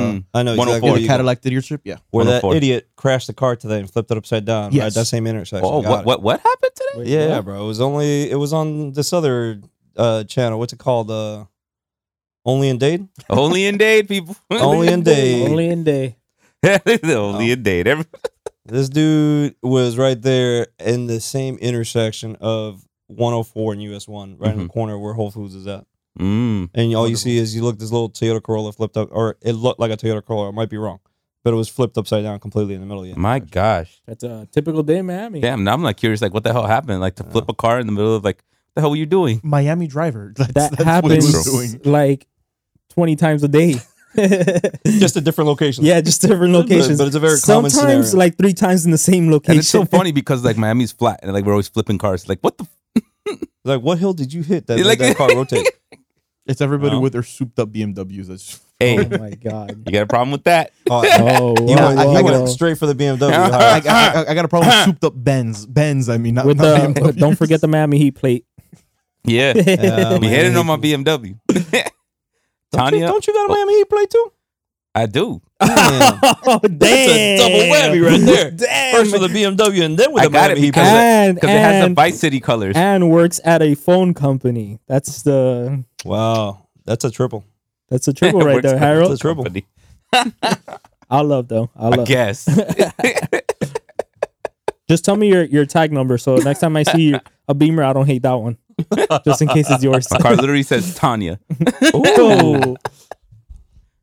Mm.
I know exactly where,
104.
near
you
the
go.
Cadillac dealership. Yeah,
where that
104.
idiot crashed the car today and flipped it upside down. Right,
Yes.
that same intersection.
Oh,
Got
what,
it.
what what happened today?
Wait,
Yeah,
what?
bro. It was only it was on this other uh channel. What's it called? Uh, only in Dade.
Only in Dade, people.
Only in Dade.
Only in day.
Only in Dade. Every-
This dude was right there in the same intersection of 104 and US One, right in the corner where Whole Foods is at.
Mm.
And all you
Wonderful.
see is you look this little Toyota Corolla flipped up, or it looked like a Toyota Corolla. I might be wrong, but it was flipped upside down completely in the middle. Of the
My gosh.
That's a typical day in Miami.
Damn, now I'm like curious, like what the hell happened? Like to flip
Uh-huh.
a car in the middle of like what the hell were you doing?
Miami driver. That's,
That
that's what he was doing.
happens like 20 times a day.
just a different location.
yeah, just different
But-
locations.
but it's a very common
Sometimes
scenario.
like three times in the same location.
And it's so funny because like Miami's flat and like we're always flipping cars. Like what the f-
Like, what hill did you hit that
You're
made that
like-
car rotate?
It's everybody
Wow.
with their souped up BMWs. That's
Hey,
Oh
you
my god.
got a problem with that?
Oh,
Oh,
you
wow,
went,
wow,
you
wow.
went straight for the BMW.
I, I, I, I got a problem with souped up Benz. Benz, I mean, not,
with
not
the
BMWs.
don't forget the Miami Heat plate.
Yeah.
Yeah,
Be hitting on my
Miami Heat.
BMW.
Don't you,
Tanya,
don't you got a Miami Heat play too?
I do.
Damn.
oh, damn.
a double whammy right there.
Damn.
First with the BMW and then with
I
the
got it
Miami Heat
because
play.
And-
it, 'cause it has the
and-
Vice City colors.
and works at a phone company. That's the
Wow, that's a triple.
that's a triple right
Works
there,
at the
the
Harold.
tri- triple.
company.
I love though. I
I
love.
guess.
Just tell me your, your tag number so next time I see a Beamer, I don't hate that one. Just in case it's yours.
my car literally says Tanya.
Ooh,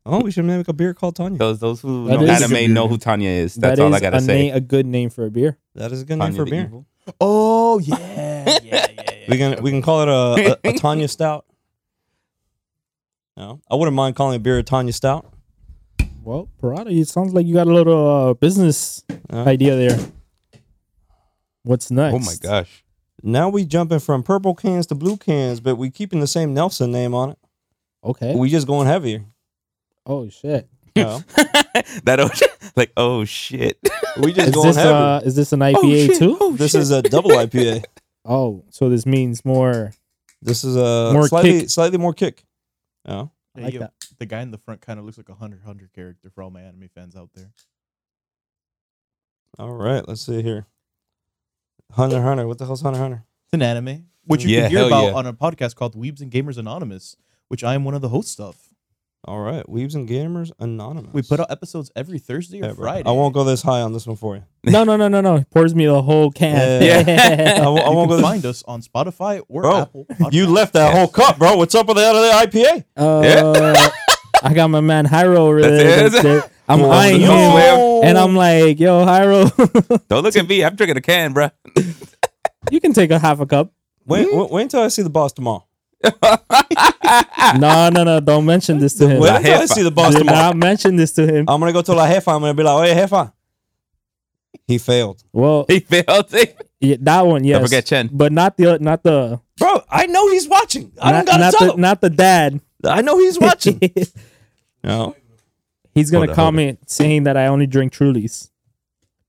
Oh, we should make a beer called Tanya.
Those those who
That
know
is-
anime know who Tanya is. That's
that
all I
is
gotta
a
say.
na- a good name for a beer.
That is a good name
Tanya
for a
the
beer.
Evil.
Oh yeah, yeah, yeah. yeah.
We can we can call it a, a, a Tanya Stout. No, I wouldn't mind calling a beer a Tanya Stout.
Well, Parada, it sounds like you got a little uh, business
Uh.
idea there. What's next?
Oh my gosh.
Now we jumping from purple cans to blue cans, but we keeping the same Nelson name on it.
Okay.
We just going heavier.
oh shit.
No,
that oh, like oh shit.
we just
Is
going
this
heavier.
uh, is this an IPA
oh, shit.
too?
Oh,
this
shit.
is a double IPA.
Oh, so this means more.
This is a
More
slightly
kick.
slightly more kick. Oh, No,
I
Hey,
like
yo,
that.
The guy in the front kind of looks like a hundred hundred character for all my anime fans out there.
all right. Let's see here. Hunter Hunter, what the hell's Hunter Hunter?
It's an anime, which you
Yeah,
can hear
hell
about
yeah.
on a podcast called Weebs and Gamers Anonymous, which I am one of the hosts of.
All right, Weebs and Gamers Anonymous.
We put out episodes every Thursday or
Yeah, bro.
Friday.
I won't go this high on this one for you.
No, no, no, no, no. It pours me the whole can.
Yeah. I,
Yeah.
won't- I
You
won't
can
go. This,
find us on Spotify or
Bro,
Apple. Podcasts.
you left that whole cup, bro. What's up with that other IPA?
uh, I got my man Hyro over
That's
there.
it.
That's it. I'm
Well,
eyeing
you
him,
swear.
and I'm like, "Yo, Hyro,
Don't look at me. I'm drinking a can, bro.
you can take a half a cup."
Wait, wait, wait until I see the boss tomorrow.
Ah.
No, no, no. Don't mention this to him.
Wait
La
until I
jefa.
see the boss
Do
tomorrow.
not mention this to
Uh,
him.
I'm gonna go to La Jefa. I'm gonna be like, "Hey, Jefa." He failed,
Well,
He failed. Don't
yeah, that one, yes.
forget Chen.
But not the not the
bro. I know he's watching. I
not,
don't gotta
not
tell
the
him.
not the dad.
I know he's watching. no,
He's
Hold
gonna
on, hold on.
comment saying that I only drink Trulies.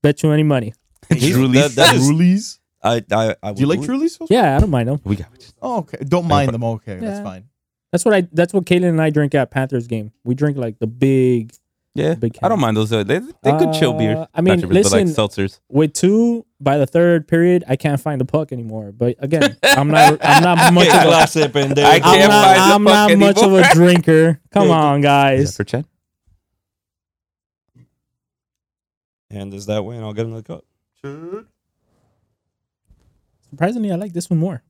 Bet you any money.
He's-
Truly
that- that is-
Trulies.
I, I, I
Do you like
would-
Trulies?
Yeah, I don't mind them.
we got it.
Oh, okay. Don't mind them. Okay, that's
Yeah.
fine.
That's what I. That's what Caitlin and I drink at Panthers game. We drink like the big
Yeah,
Big
I don't mind those. uh, They they could chill beers.
Uh, I mean,
Not beers, but,
listen-
like seltzers.
with two by the third period. I can't find the puck anymore. But again, I'm not. I'm not much
Take a
of a.
glass sip and there
I
you go.
I'm
can't
not,
find the
I'm not
puck
much of a
anymore.
drinker. Come
Yeah,
on,
Is that
guys.
for Chen?
And is that win? I'll get another cup.
Surprisingly, I like this one more.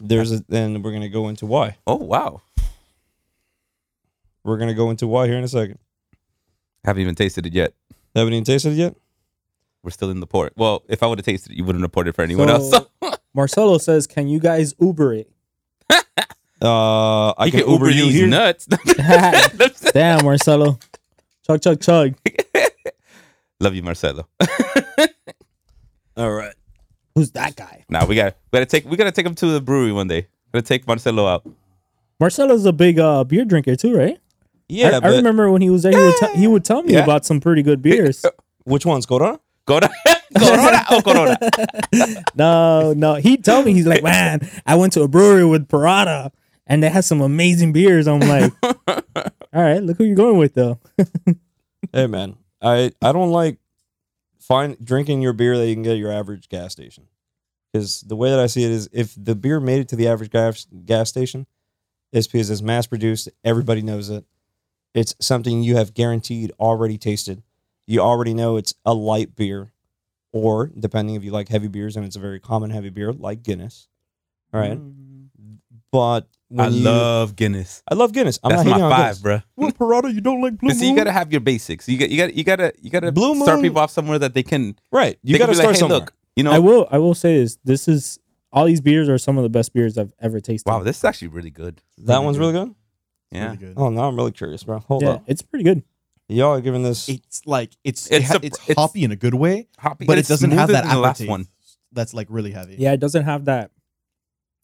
There's a, and we're gonna go into why.
Oh wow,
We're gonna go into why here in a second.
haven't even tasted it yet.
Haven't even tasted it yet.
We're still in the port. Well, if I would have tasted it, you wouldn't have poured it for anyone
So,
else. So
Marcelo says, "Can you guys Uber it?"
Uh, I
you
can, Uber, you
these
here.
nuts.
Damn, Marcelo. Chug chug chug.
Love you, Marcelo.
All right.
Who's that guy?
Nah, we got we gotta take we gotta take him to the brewery one day. Gotta take Marcelo out.
Marcelo's a big uh, beer drinker too, right?
Yeah,
I,
but
I remember when he was there, he would, te- he would tell me
Yeah.
about some pretty good beers.
which one's Corona?
Corona, Corona, oh Corona.
No, no. He'd tell me, he's like, man, I went to a brewery with Parada and they had some amazing beers. I'm like, all right, look who you're going with, though.
Hey man, I I don't like find drinking your beer that you can get at your average gas station. Because the way that I see it is, if the beer made it to the average gas gas station, it's because it's mass produced. Everybody knows it. It's something you have guaranteed already tasted. You already know it's a light beer, or depending if you like heavy beers, and it's a very common heavy beer like Guinness. All right,
Mm.
but when
I
you-
love Guinness.
I love Guinness. I'm
That's
not
my
hating on
five,
Guinness.
bro.
Well, Parada, you don't like blue
But see, you gotta have your basics. You got you got you gotta you gotta
Blue
start
Moon-
people off somewhere that they can.
Right, you
they
got
can
to
be
start
like, hey,
somewhere.
Look, you know,
I will I will say this. This is all these beers are some of the best beers I've ever tasted.
wow, this is actually really good.
that one's really good.
Yeah,
Oh, now I'm really curious, bro. Hold
yeah,
up.
it's pretty good.
Y'all are giving this.
It's like it's
It's
it ha-
a-
it's
it's-
hoppy in a good way,
Hoppy,
but
and
it
it's
doesn't have
smoother
that
than the last
aftertaste
one.
that's like really heavy.
Yeah, it doesn't have that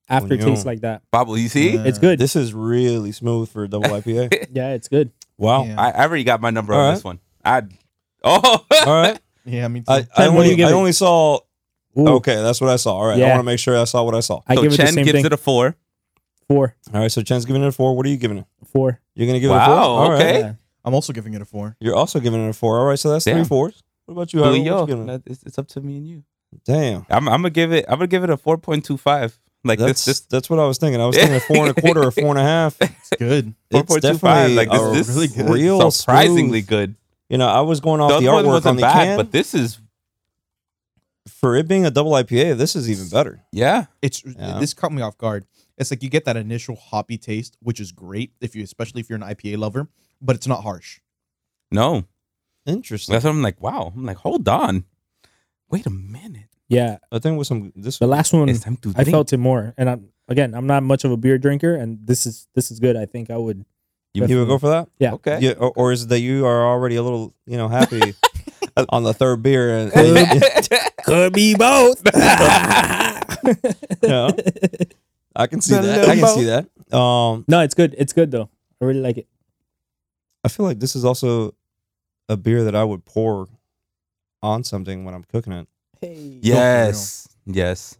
aftertaste like that.
Pablo, you see,
Yeah.
It's good.
This is really smooth for a double IPA.
yeah, it's good.
wow.
Yeah.
I, I already got my number on
All
this one. I oh,
All right.
yeah, I mean,
I, I,
Ken, what do you
only,
give
I
it?
only saw.
Ooh,
Okay, that's what I saw. All right. I
Yeah.
want to make sure I saw what I saw.
I
so
give it
Chen
the same
gives
thing.
it a four.
four,
All right. So Chen's giving it a four. What are you giving it?
four.
You're going to give it a
Wow,
four? All right.
okay.
Yeah.
I'm also giving it a four.
You're also giving it a four. All right. So that's three
Damn.
fours. What about you?
But
Howard? What
yo,
you giving it?
that- it's, it's up to me and you.
Damn.
I'm, I'm gonna give it. I'm gonna give it a four point two five. Like
That's,
this,
that's what I was thinking. I was thinking a four and a quarter or four and a half.
It's good.
this
It's
four point two five.
definitely
Like
a
this, this
really
is
good.
real
surprisingly
smooth.
good.
You know, I was going
The
off the,
other one
artwork on
wasn't
the
bad,
can.
but this is
for it being a double IPA, this is even better.
yeah.
It's
Yeah.
this caught me off guard. It's like you get that initial hoppy taste, which is great if you, especially if you're an IPA lover, but it's not harsh.
No,
Interesting.
that's what I'm like. Wow, I'm like, hold on, wait a minute.
Yeah,
I think with some this
the last one
It's time to
I
drink.
felt it more. And I'm again, I'm not much of a beer drinker, and this is this is good. I think I would.
You, you would go for that?
Yeah.
okay.
Yeah, or, or is it that you are already a little, you know, happy on the third beer? And,
Uh,
Could be both.
Yeah. I can see
The
that. I can
limo.
see that. Um,
no, it's good. It's good though. I really like it.
I feel like this is also a beer that I would pour on something when I'm cooking it.
yes, yes.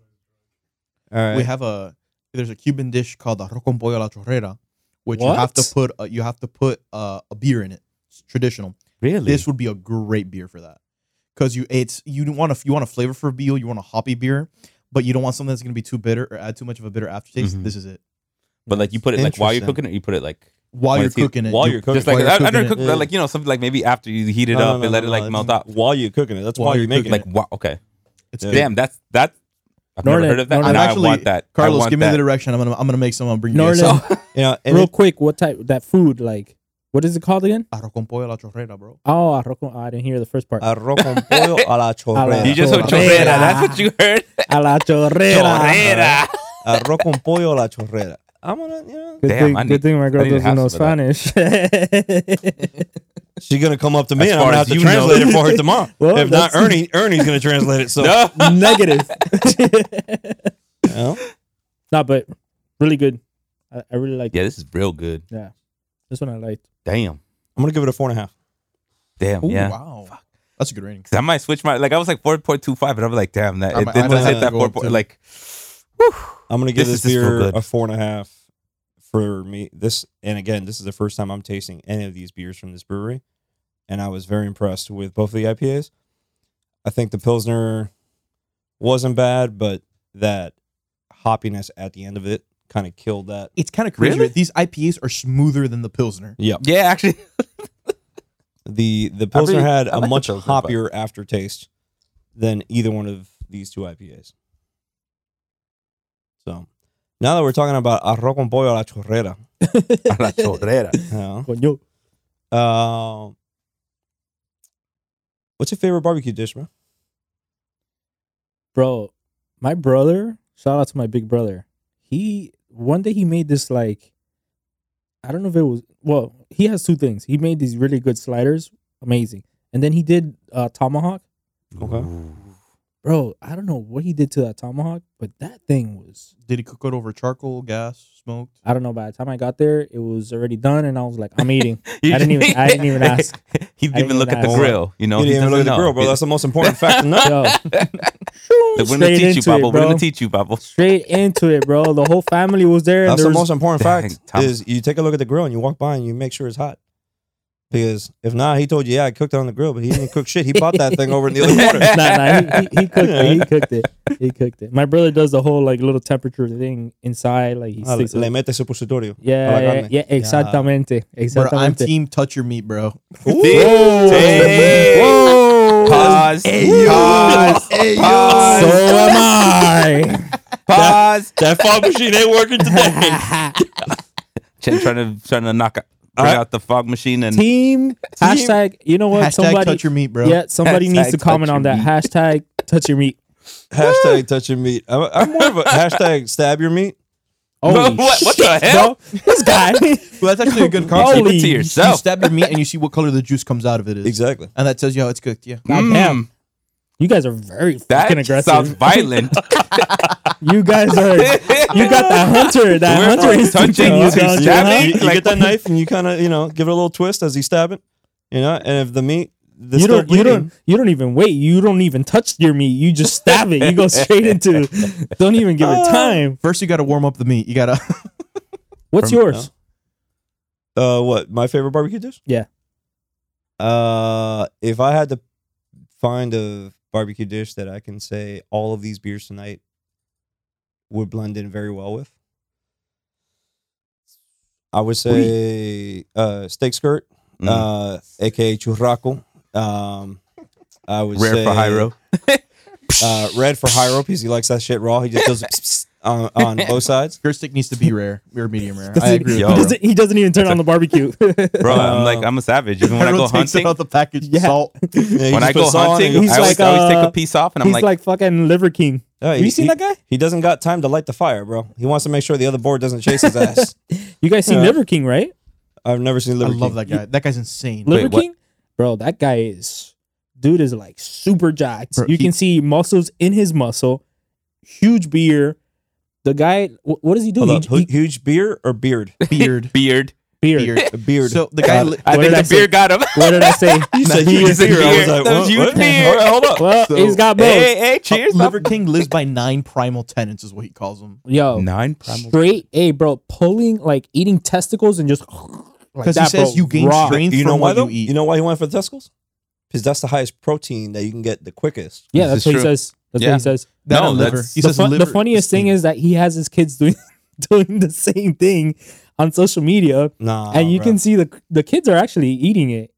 All right.
We have a there's a Cuban dish called arroz con pollo a la chorrera, which you have to
What?
put uh, you have to put uh, a beer in it. It's traditional.
Really?
This would be a great beer for that because you it's you want a you want a flavor for beer, you want a hoppy beer, but you don't want something that's gonna be too bitter or add too much of a bitter aftertaste.
Mhm.
This is it.
but like you put it like while you're
Interesting.
cooking it, you put it like
While
Wanna
Oh, you're
see-
cooking it,
while
you-
you're cooking
just like
while you're
I, I don't cook
cooking it,
but, like you know something like maybe after you heat it
No, no,
up
no,
and let
no,
it
no,
like
it's-
melt out.
while you're cooking it. That's
While
why
you're
you make it.
cooking
Like wow, okay.
it's
Yeah.
good.
Damn, that's that. I've never
Norlan-
heard of that.
Norlan-
and
Actually,
I want that. I
Carlos,
want
give me
that.
the direction. I'm gonna I'm gonna make some. I'm bringing
Norlan,
you some.
you know, and
Real
it-
quick, what type that food like? What is it called again?
Arroz con pollo a la chorrera, bro.
Oh, arroz con- I didn't hear the first part.
Uh,
arroz con pollo a la
la-
chorrera.
You just heard chorrera.
Chorrera.
That's what you heard.
a la chorrera.
Chorrera.
arroz con pollo a la chorrera. I'm gonna, you know,
Good,
Damn,
thing,
I need-
good thing my girl
need to
doesn't
have
know
some of
Spanish.
she's gonna come up to me
As
and I'm
far
gonna have
as
to
you know.
translate it for her tomorrow.
Well,
if not,
that's-
Ernie, Ernie's gonna translate it. So,
No.
Negative.
you know?
no, but really good. I, I really like
Yeah, this is real good.
this one. I liked.
Damn.
I'm gonna give it a four and a half.
Damn.
Ooh,
yeah.
Wow. That's a good rating.
'Cause I might switch my like I was like four point two five, but I'm like, damn, that
I
it
might-
didn't
I might
hit
have
that
to go
four
up
point
too.
like.
I'm gonna give
This
this,
is just so
beer
good.
a four and a half for me. This and again, this is the first time I'm tasting any of these beers from this brewery, and I was very impressed with both of the IPAs. I think the Pilsner wasn't bad, but that hoppiness at the end of it kind of killed that.
It's kind of crazy.
Really?
right? These IPAs are smoother than the Pilsner.
Yeah,
Yeah, actually.
the the Pilsner
really-
had
I
a
like the
much
Pilsner, but-
hoppier aftertaste than either one of these two IPAs. So now that we're talking about arroz con pollo a la chorrera,
A la chorrera.
you know,
Coño.
Um, what's your favorite barbecue dish, bro?
bro my brother shout out to my big brother he one day he made this like i don't know if it was well he has two things he made these really good sliders amazing and then he did uh tomahawk
Okay.
bro, I don't know what he did to that tomahawk, but that thing was.
Did he cook it over charcoal, gas, smoked?
I don't know. By the time I got there, it was already done, and I was like, I'm eating. I didn't even- I didn't even ask.
he didn't
didn't
even look
even
at the
ask.
grill. You know,
you
he
didn't even look at
doesn't
the
know.
grill, bro. That's the most important fact to know.
Yo,
Look, we're gonna
straight
teach you,
into it,
Pablo. We're
bro.
gonna teach you, Pablo.
straight into it, bro. The whole family was there. And
That's
there
the
was,
most important
Dang,
fact
Tom.
is you take a look at the grill and you walk by and you make sure it's hot. Because if not, he told you, yeah, I cooked it on the grill, but he didn't cook shit. He bought that thing over in the other corner.
nah, nah, he, he, he cooked it. He cooked it. He cooked it. My brother does the whole like little temperature thing inside. Like he
Ah,
sticks.
Le
it.
mete supositorio. a
Yeah,
la
yeah,
carne.
yeah, exactamente,
Bro, I'm
exactamente.
team touch your meat, bro.
Hey. Pause. Pause.
so
Pause.
am I.
Pause.
That fog machine ain't working today.
Chen trying to trying to knock out, bring
Uh,
out the fog machine and
Team hashtag. You know what?
Hashtag
somebody.
touch your meat, bro.
Yeah, somebody
Hashtag
needs to
touch
comment
your
on that.
meat.
Hashtag touch your meat.
hashtag touching meat. I'm, I'm more of a hashtag stab your meat.
Oh,
what- what the hell?
This guy.
Well, that's actually a good
keep
concept.
it to
holy
You
yourself.
stab your meat and you see what color the juice comes out of it is.
Exactly.
And that tells you how it's cooked. Yeah.
Mm,
Goddamn. You guys are very fucking
that
aggressive.
sounds violent.
You guys are. You got that hunter. That
We're
hunter
from
is
touching
touching you,
to
don't you,
stabbing.
huh?
You, you
Like-
get that knife and you kind of, you know, give it a little twist as he's stabbing, you know, and if the meat, the
you don't, you don't, you don't even wait. You don't even touch your meat. You just stab it. You go straight into. Don't even give
Ah.
it time.
First, you got to warm up the meat. You got to.
What's
From-
yours?
Uh, what my favorite barbecue dish?
Yeah.
Uh, if I had to find a barbecue dish that I can say all of these beers tonight would blend in very well with, I would say uh steak skirt,
Mm.
uh, aka churraco. Um, I would
Rare
say
for Hyro.
Uh, red for Hyro because he likes that shit raw. He just does on, on both sides.
Your stick needs to be rare. We're medium rare.
Doesn't-
I agree.
He
Yo.
with you.
doesn't, he doesn't even turn on the barbecue.
Bro, I'm like
Um,
I'm a savage. Even when I go
Everyone takes it
hunting,
out the package.
Yeah.
Salt.
Yeah, he
when
just
I
puts
go
salt in
hunting,
and
He's
I always,
like,
I always take
uh,
a piece off, and I'm
He's
like,
like, fucking Liver King.
Yeah,
Have
he-
you seen
he-
that guy?
He doesn't got time to light the fire, bro. He wants to make sure the other board doesn't chase his ass.
You guys seen
Yeah.
Liver King, right?
I've never seen
I
Liver
love
King.
that guy. That guy's insane.
Wait,
Liver
what?
King, bro. That guy is dude is like super jacked.
Bro,
you
he-
can see muscles in his muscle, huge beard. The guy, wh- what does he do?
Hold
He,
up. Hu-
he-
huge beer or beard?
Beard.
beard.
beard.
Beard.
A beard.
So the guy.
Got
li-
I think
What did
the
I say?
beer got him.
What did I say?
you
That
said huge
was a
beer. I was
beer.
like,
That was
what?
huge
What?
beer.
All right, hold up.
Well,
So-
he's got both.
Hey, hey, cheers,
Liver King lives by nine primal tenants, is what he calls them.
Yo,
Nine
straight A, bro. Pulling like eating testicles and just like
Because he
that,
says
bro,
you gain
raw.
strength
You know
from
why
what
though?
you
You,
eat.
know why he went for the testicles? Because that's the highest protein that you can get the quickest.
Yeah,
This
that's
is
what
true.
he says. That's
Yeah.
what he says.
That
No,
and liver.
that's-
He
the,
says
fun- the
liver
funniest thing
king.
is that he has his kids doing doing the same thing on social media.
Nah,
and
Oh,
you
bro.
can see the the kids are actually eating it,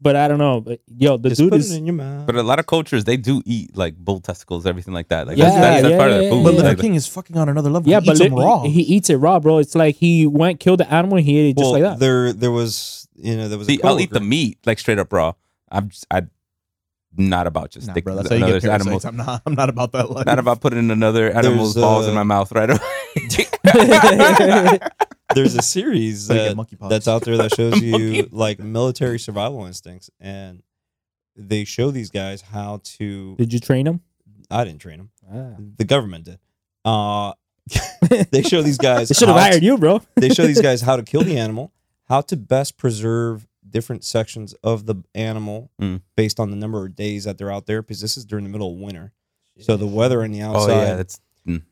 but I don't know. But yo, the
just
dude
put
is
it in your mouth.
But uh, a lot of cultures they do eat like bull testicles, everything like that. Like
Yeah,
that's, that's, that's
yeah,
part of
yeah,
the food.
yeah,
But Liver
Like,
King is fucking on another level.
yeah,
he
but
eats 'em
li-
raw.
he eats it raw, bro. It's like he went killed the animal and he ate it just
well,
like that.
there, there was, you know, there was.
See,
a
I'll eat the
coworker.
meat like straight up raw. I'm just, I not about just
nah,
sticking
bro, that's how you
another
get parasites.
animal's
I'm not. I'm not about that life.
not about putting another animal's
There's,
balls
uh,
in my mouth right Oh, away.
That's
There's a series
That's how you
that,
get monkeypox.
that's out there that shows you
Monkey.
like military survival instincts, and they show these guys how to.
Did you train him?
I didn't train them. the government did. Uh, they show these guys.
They should have
how
hired
to-
you, bro.
They show these guys how to kill the animal, how to best preserve different sections of the animal
Mm.
based on the number of days that they're out there. Because this is during the middle of winter, so the weather on the
oh
outside,
yeah, that's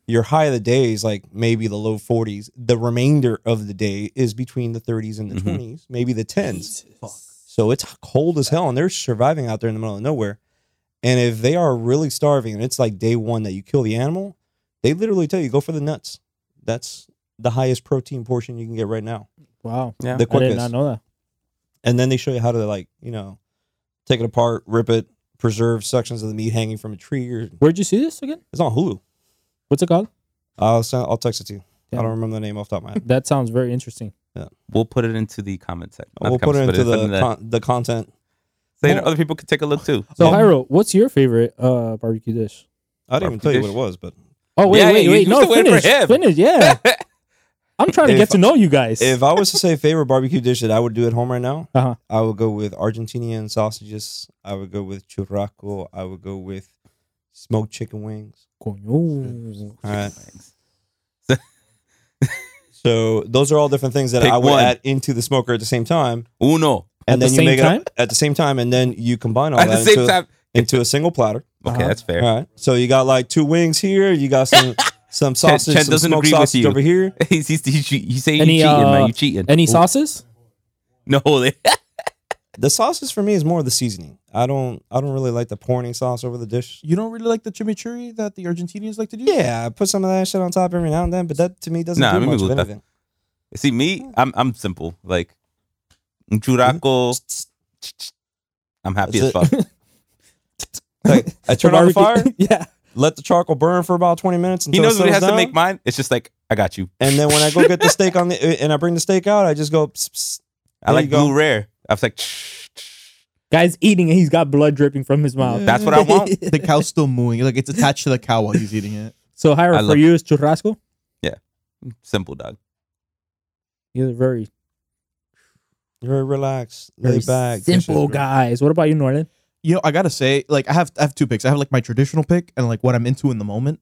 your high of the day is like maybe the low 40s. The remainder of the day is between the 30s and the
Mhm.
Mm-hmm.
20s, maybe the 10s.
Fuck.
So it's cold as hell, and they're surviving out there in the middle of nowhere. And if they are really starving, and it's like day one that you kill the animal, they literally tell you go for the nuts. That's the highest protein portion you can get right now,
Wow,
Yeah.
the
I did
quickest.
not know that.
And then they show you how to like you know take it apart, rip it, preserve sections of the meat hanging from a tree. Or
Where'd you see this again?
it's on Hulu.
What's it called?
I'll send, I'll text it to you. I
Yeah.
don't remember the name off the top of my head.
That sounds very interesting.
we'll put it into the comment section. Not
we'll
the
put it
comments,
into
but it's in
the con- the content.
so that other people could take a look too.
So,
Yeah.
Hyro, what's your favorite uh, barbecue dish?
I didn't even tell you what it was, but
Oh wait,
Yeah,
wait,
you-
wait!
you
no,
still wait for
finish,
him.
finish. Yeah, I'm trying to
If-
get to know you guys.
if I was to say favorite barbecue dish that I would do at home right now,
Uh-huh.
I would go with Argentinian sausages. I would go with churrasco. I would go with smoked chicken wings. Uh,
Coño.
All right. So those are all different things that
Pick
I would
one.
add into the smoker at the same time,
Uno.
At
and
the
then you
same
make
time?
it up at the same time, and then you combine all
At the
that
same
into,
time.
into a single platter.
Okay, that's fair.
All right. So you got like two wings here. You got some some sausage,
Chen
some
doesn't
smoked
agree with
sausage
you.
over here.
he's, he's, he's, he's saying
Any,
you cheating,
uh,
man. You cheating.
Any sauces?
no, they-
The sauces for me is more of the seasoning. I don't I don't really like the pouring sauce over the dish.
You don't really like the chimichurri that the Argentinians like to do?
Yeah, I put some of that shit on top every now and then, but that to me doesn't
Nah,
do
I'm
much
good
of
with that.
anything.
see me. I'm I'm simple. Like un churraco. I'm happy as
Mm-hmm. That's
fuck.
Like, I turn on the fire,
Barbecue- yeah.
let the charcoal burn for about twenty minutes
He
until
knows
it
what he
settles
has
down.
to make mine. It's just like I got you.
And then when I go get the steak on the and I bring the steak out, I just go. Pss, pss.
I
There
like
you go.
blue rare. I was like,
Guy's eating and he's got blood dripping from his mouth.
That's what I want.
The cow's still mooing. Like it's attached to the cow while he's eating it.
So
I
Hira, for
love-
you is churrasco.
simple dog.
You're very
You're very relaxed,
very
laid back,
simple
guy.
guys. What about you, Norlin?
You know, I gotta say, like I have I have two picks. I have like my traditional pick and like what I'm into in the moment.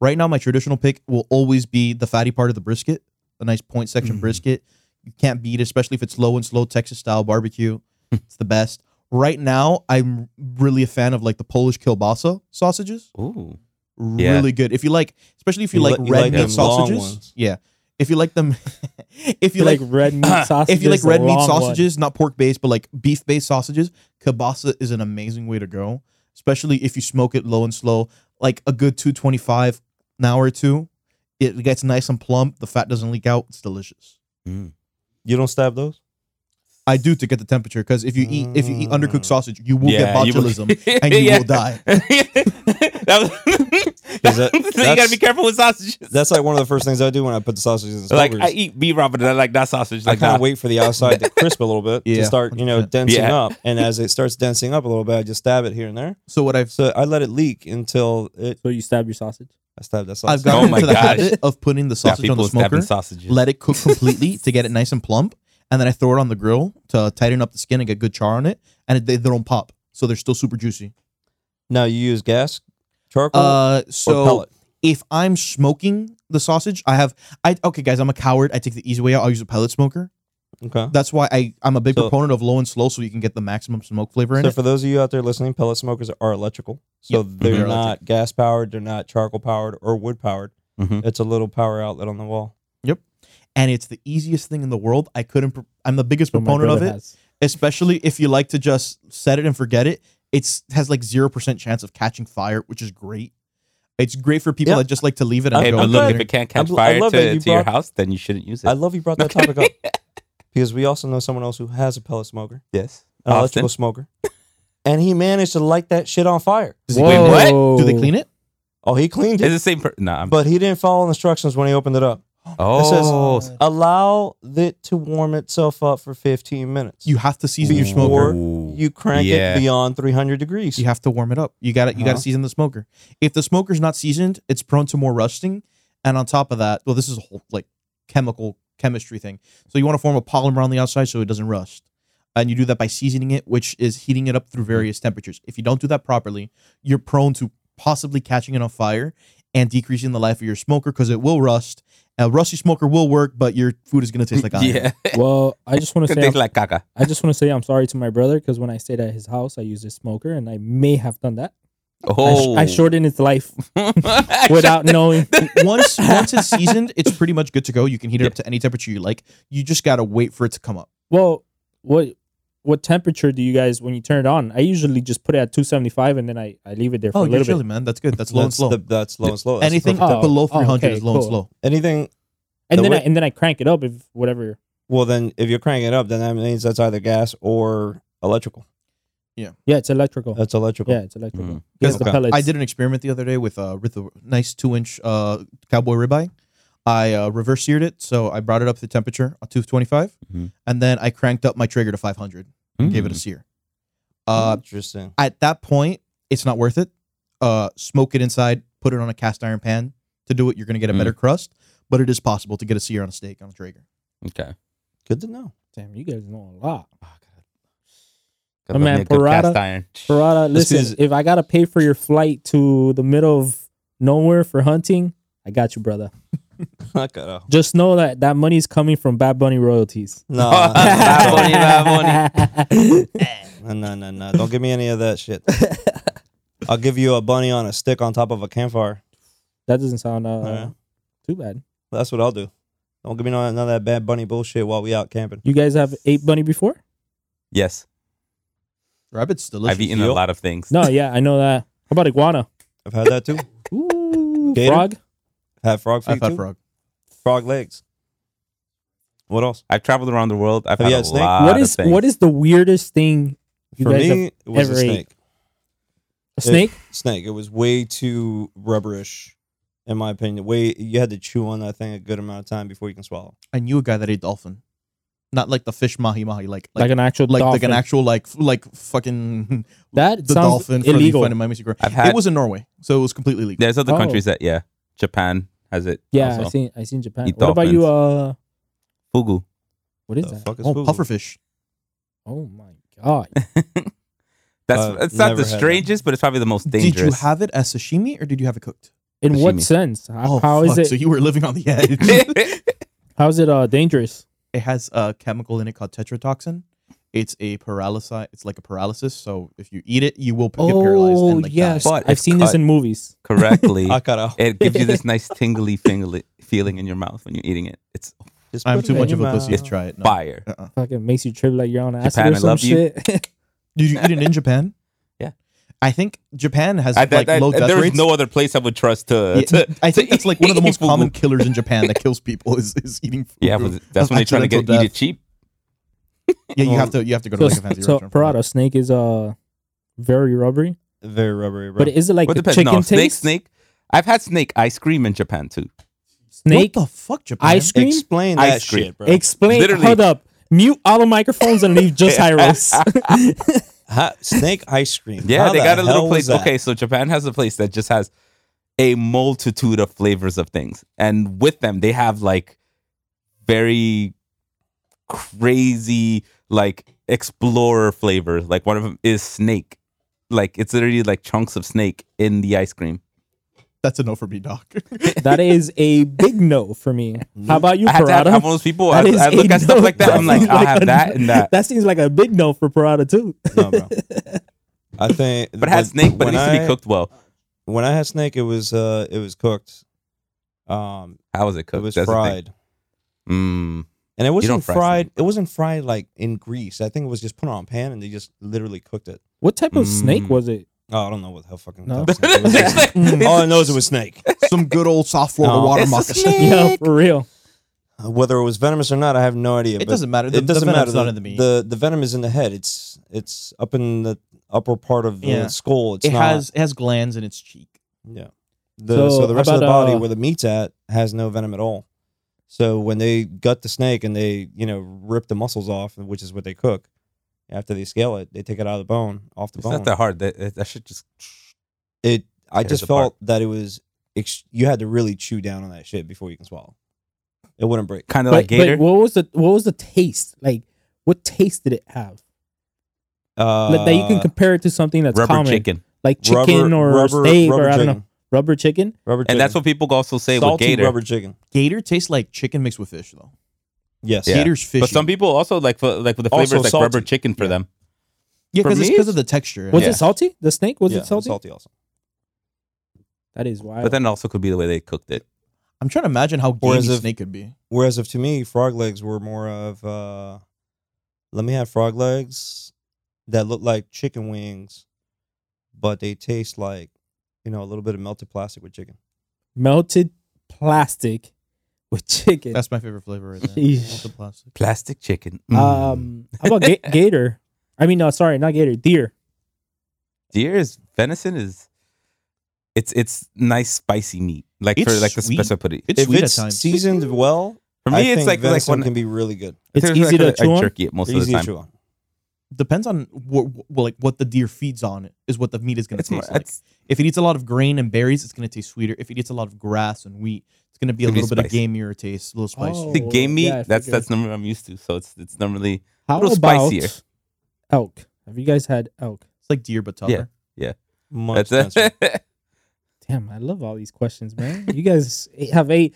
Right now, my traditional pick will always be the fatty part of the brisket, a nice point section
Mhm.
brisket. You can't beat, it, especially if it's low and slow Texas style barbecue.
Hmm.
it's the best. Right now, I'm really a fan of like the Polish kielbasa sausages.
Ooh, Yeah.
Really good. If you like, especially if you,
You
like
li- you
red
like
meat
them long
sausages.
ones.
Yeah. If you like them, if you
You
like
like red meat sausages?
if you like
the
red meat
long one.
sausages, not pork based, but like beef based sausages, kielbasa is an amazing way to go. Especially if you smoke it low and slow, like a good two twenty five an hour or two. It gets nice and plump. The fat doesn't leak out. It's delicious.
You don't stab those.
I do to get the temperature because if you eat if you eat undercooked
Mm.
sausage, you will get
you will-
botulism and you
Yeah.
will die.
that was,
Is that-
so you gotta be
that's-
careful with sausages.
That's like one of the first things I do when I put the sausages in the
Like
smokers.
I eat beef ramen, and I like that sausage.
I
Like
kind
that.
of wait for the outside to crisp a little bit
Yeah,
to start, you know,
100%.
densing
Yeah.
up. And as it starts densing up a little bit, I just stab it here and there.
So what I've
So I let it leak until it.
So you stab your sausage.
I stabbed that sausage.
I've
Oh
gotten
my
into the
gosh.
habit of putting the
Yeah,
sausage on
people
the
stabbing
smoker.
sausages.
let it cook completely to get it nice and plump, and then I throw it on the grill to tighten up the skin and get good char on it, and it, they, they don't pop, so they're still super juicy.
Now you use gas, charcoal,
Uh,
Oh, or
so
pellet.
if I'm smoking the sausage, I have I okay guys, I'm a coward. I take the easy way out. I'll use a pellet smoker.
Okay.
That's why I I'm a big
So-
proponent of low and slow, so you can get the maximum smoke flavor in
So
it.
for those of you out there listening, pellet smokers are electrical. So they're
They're
not
electric. Mm-hmm.
gas powered. They're not charcoal powered or wood powered.
Mhm.
It's a little power outlet on the wall.
and it's the easiest thing in the world. I couldn't. pr- I'm the biggest
So my
proponent of
brother
it,
has.
especially if you like to just set it and forget it. It's has like zero percent chance of catching fire, which is great. It's great for people
Yeah.
that just like to leave it and
Hey,
go.
but
I'm
look,
glad-
if it can't catch
I'm- I
fire
love that
to,
you
to your
brought-
house, then you shouldn't use it.
I love you brought that topic up because we also know someone else who has a pellet smoker,
yes,
an
Austin.
electrical smoker, and he managed to light that shit on fire.
Wait, what?
Do they clean it?
Oh, he cleaned it,
It's the same. Per- nah, I'm,
but he didn't follow instructions when he opened it up.
oh,
It says allow it to warm itself up for 15 minutes.
You have to season your
Before
smoker.
you crank
Yeah.
it beyond 300 degrees.
You have to warm it up. You got to You got
Uh-huh.
to season the smoker. If the smoker's not seasoned, it's prone to more rusting. And on top of that, well, this is a whole like chemical chemistry thing. So you want to form a polymer on the outside so it doesn't rust. And you do that by seasoning it, which is heating it up through various temperatures. If you don't do that properly, you're prone to possibly catching it on fire and decreasing the life of your smoker because it will rust. A rusty smoker will work, but your food is going to taste like iron.
yeah,
Well, I just want to say
tastes
I'm,
like caca.
I just want to say I'm sorry to my brother because when I stayed at his house, I used a smoker and I may have done that. I, sh-
Oh,
I shortened his life
I
without knowing.
once once it's seasoned, it's pretty much good to go. You can heat it up to any temperature you like. You just gotta wait for it to come up.
Well, what what temperature do you guys when you turn it on? I usually just put it at 275 and then I, I leave it there for
Oh,
a
you're
little bit.
chilling, man. That's good. That's low and
that's,
slow.
the- that's low and slow. That's
Anything
perfect.
perfect.
below
Oh,
300
okay,
is low and
cool.
slow.
anything.
And
The
then I,
way-
and then I crank it up if whatever.
Well, then if you're cranking it up, then that means that's either gas or electrical.
Yeah, it's electrical.
That's electrical.
yeah, it's electrical.
Mm.
Yes,
Okay.
the pellets.
I did an experiment the other day with a with a nice two inch uh, cowboy ribeye. I uh, reverse seared it, so I brought it up to temperature, uh, 225,
Mhm.
and then I cranked up my trigger to 500.
Hmm.
and Gave it a
Mm.
sear. Uh,
Mm-hmm.
Interesting.
at that point, it's not worth it. Uh, smoke it inside, put it on a cast iron pan to do it. You're gonna get a
Mm.
better crust, but it is possible to get a sear on a steak on a Traeger.
okay.
Good to know.
Damn, you guys know a lot.
Got
My
me
man
a good
Parada-
cast iron.
Parada,
This
listen,
is-
if I gotta pay for your flight to the middle of nowhere for hunting, I got you, brother.
I gotta-
Just know that that money's coming from Bad Bunny royalties.
Nah,
Bad Bunny, Bad
no, no, no, no. Don't give me any of that shit. I'll give you a bunny on a stick on top of a campfire.
that doesn't sound uh,
Yeah.
too bad.
That's what I'll do. Don't give me none none of that bad bunny bullshit while we out camping.
You guys have ate bunny before?
Yes,
Rabbit's delicious.
I've eaten a
Yo.
lot of things.
No, yeah, I know that. How about iguana?
I've had that too.
Ooh,
Gator?
frog.
Had frog feet
I've had
too. Frog.
frog.
legs. What else?
I've traveled around the world. I've
Have
had
you
a
had snake?
lot
What
of
is
things.
what is Ah, the weirdest thing you
For
guys have?
me, it was a
ever ate?
snake.
A snake?
Snake. It was way too rubberish, in my opinion. Way you had to chew on that thing a good amount of time before you can swallow.
I knew a guy that ate dolphin, not like the fish mahi mahi, like
Like,
like
an actual
like,
dolphin.
like an actual like f- like fucking
that
the
sounds
dolphin from
illegal.
Fun in Miami Secret.
I've had.
It was in Norway, so it was completely legal.
there's other
Oh.
countries that yeah. Japan has it.
yeah, I
also.
seen I seen Japan.
Eat
What about you? Uh,
fugu.
what is
The
that?
fuck is
Oh,
fugu?
pufferfish.
Oh my god!
That's
Uh,
it's not
never
the
had that.
strangest, but it's probably the most dangerous.
Did you have it as sashimi or did you have it cooked?
In what
Sashimi.
sense? How,
Oh,
how is
fuck,
it?
So you were living on the edge.
it?
how is it uh dangerous?
it has a chemical in it called tetrotoxin. It's a paralysis. It's like a paralysis. So if you eat it, you will p- get paralyzed.
Oh
And, like, die.
yes,
But
I've
it's
seen this
cut.
in movies.
Correctly,
I cut out.
it gives you this nice tingly fingly feeling in your mouth when you're eating it. It's
Just
I'm
put
too
it
much
in
of a
your
pussy
mouth.
to try it. No.
fire.
Uh-uh.
Fucking makes you trip like you're on acid
Japan,
or
I
some
love you.
shit.
Did you eat it in Japan?
Yeah.
I think Japan has
I,
like
I- I-
low death
there is
rates.
no other place I would trust to.
Yeah,
to
I think
to
that's like one of the
eat
most
fugu.
common killers in Japan that kills people is, is eating. Food.
Yeah, but that's when they're trying to get eat it cheap.
Yeah, you have to you have to go to
so,
like a fancy
so
restaurant. for that.
Parada snake is uh very rubbery,
Very rubbery, bro.
but is it like
What
the
depends?
chicken
No, snake,
taste?
snake. I've had snake ice cream in Japan too.
Snake?
What the fuck, Japan?
ice cream.
Explain
Ice
that
cream.
shit, bro.
Explain.
Literally.
Hold up. Mute all the microphones and leave just Hyros.
Huh? snake ice cream.
Yeah,
How
they
the
got a little
hell was
place.
that?
Okay, so Japan has a place that just has a multitude of flavors of things, and with them they have like very crazy like explorer flavors. Like one of them is snake. Like it's literally like chunks of snake in the ice cream.
That's a no for me, doc.
that is a big no for me. How about you,
I had to have,
Parada?
I'm one of those people. I,
That is
I look
a
at stuff
no.
like that. I'm like,
seems
I'll
like
have
a-
that and that.
That seems like a big no for Parada too.
No, bro. I think,
But it had
when-
snake, but
when
it needs to be
I-
cooked well.
When I had snake, it was uh, it was cooked. Um,
How was it cooked?
it was
That's the thing.
fried,
Mm.
and it
don't
wasn't
fry
fried. It wasn't fried like in grease. I think it was just put on a pan and they just literally cooked it.
What type of snake
Mm.
was it?
Oh, I don't know what the hell fucking.
No.
type of snake it was. All I know is it was snake.
Some good old soft Florida
No.
water
It's a
moccasin.
snake.
Yeah, for real.
Uh, Whether it was venomous or not, I have no idea.
It
but
doesn't matter. The,
It doesn't matter.
Not
The,
in the meat.
the the venom is in the head. It's it's up in the upper part of the
Yeah.
skull. It's
it
not,
has it has glands in its cheek.
Yeah. The, so,
So,
the rest of the
about,
body
uh,
where the meat's at has no venom at all. So when they gut the snake and they, you know, rip the muscles off, which is what they cook, after they scale it, they take it out of the bone, off the
It's
bone.
not that hard. That, that- that shit just.
it I
Tears
just
apart.
felt that it was ex- you had to really chew down on that shit before you can swallow. It wouldn't break.
Kind of
But,
like gator.
but what was the what was the taste? Like what taste did it have?
Uh,
Like, that you can compare it to something that's
rubber
common.
chicken.
Like chicken or steak or I don't know. Rubber chicken?
Rubber
And that's what people also say
salty
with gator.
rubber chicken.
Gator tastes like chicken mixed with fish, though.
Yes.
Yeah.
Gator's fishy.
But some people also like for, like with the flavors
Also
like
salty.
rubber chicken for
Yeah.
them.
yeah,
for
because it's
me,
because of the texture.
Was
Yeah.
it salty? The snake? Was
Yeah,
it salty?
salty also.
That is wild.
But then also could be the way they cooked it.
I'm trying to imagine how
Or
gamey
as if-
snake could be.
Whereas if to me, frog legs were more of uh let me have frog legs that look like chicken wings, but they taste like, you know, a little bit of melted plastic with chicken.
Melted plastic with chicken.
That's my favorite flavor. Right there.
Yeesh.
Melted plastic.
Plastic chicken. Mm.
um how about ga- gator? I mean no, sorry, not gator, deer.
deer is venison is. It's it's nice spicy meat like for
It's
like the
sweet.
specificity.
It's
if
sweet at
it's
times.
seasoned well,
For me,
I
it's
think
like like
venison
one.
can be really good.
It's
there's
easy to
like,
chew on.
jerky it most of
Easy
the
to
time.
chew on.
Depends on what, what like what the deer feeds on is what the meat is going to
It's
taste
more.
like.
It's,
If it eats a lot of grain and berries, it's going to taste sweeter. If it eats a lot of grass and wheat, it's going to be a
It'll be
little bit of
spicy.
gamier taste, a little spicy.
Oh.
the game meat.
yeah, I
that's
figured.
that's normally I'm used to. So it's it's normally
How
little
about
spicier.
elk? Have you guys had elk?
It's like deer but tougher.
Yeah.
Much
That's
nicer.
it.
Damn, I love all these questions, man. You guys e-, have eight.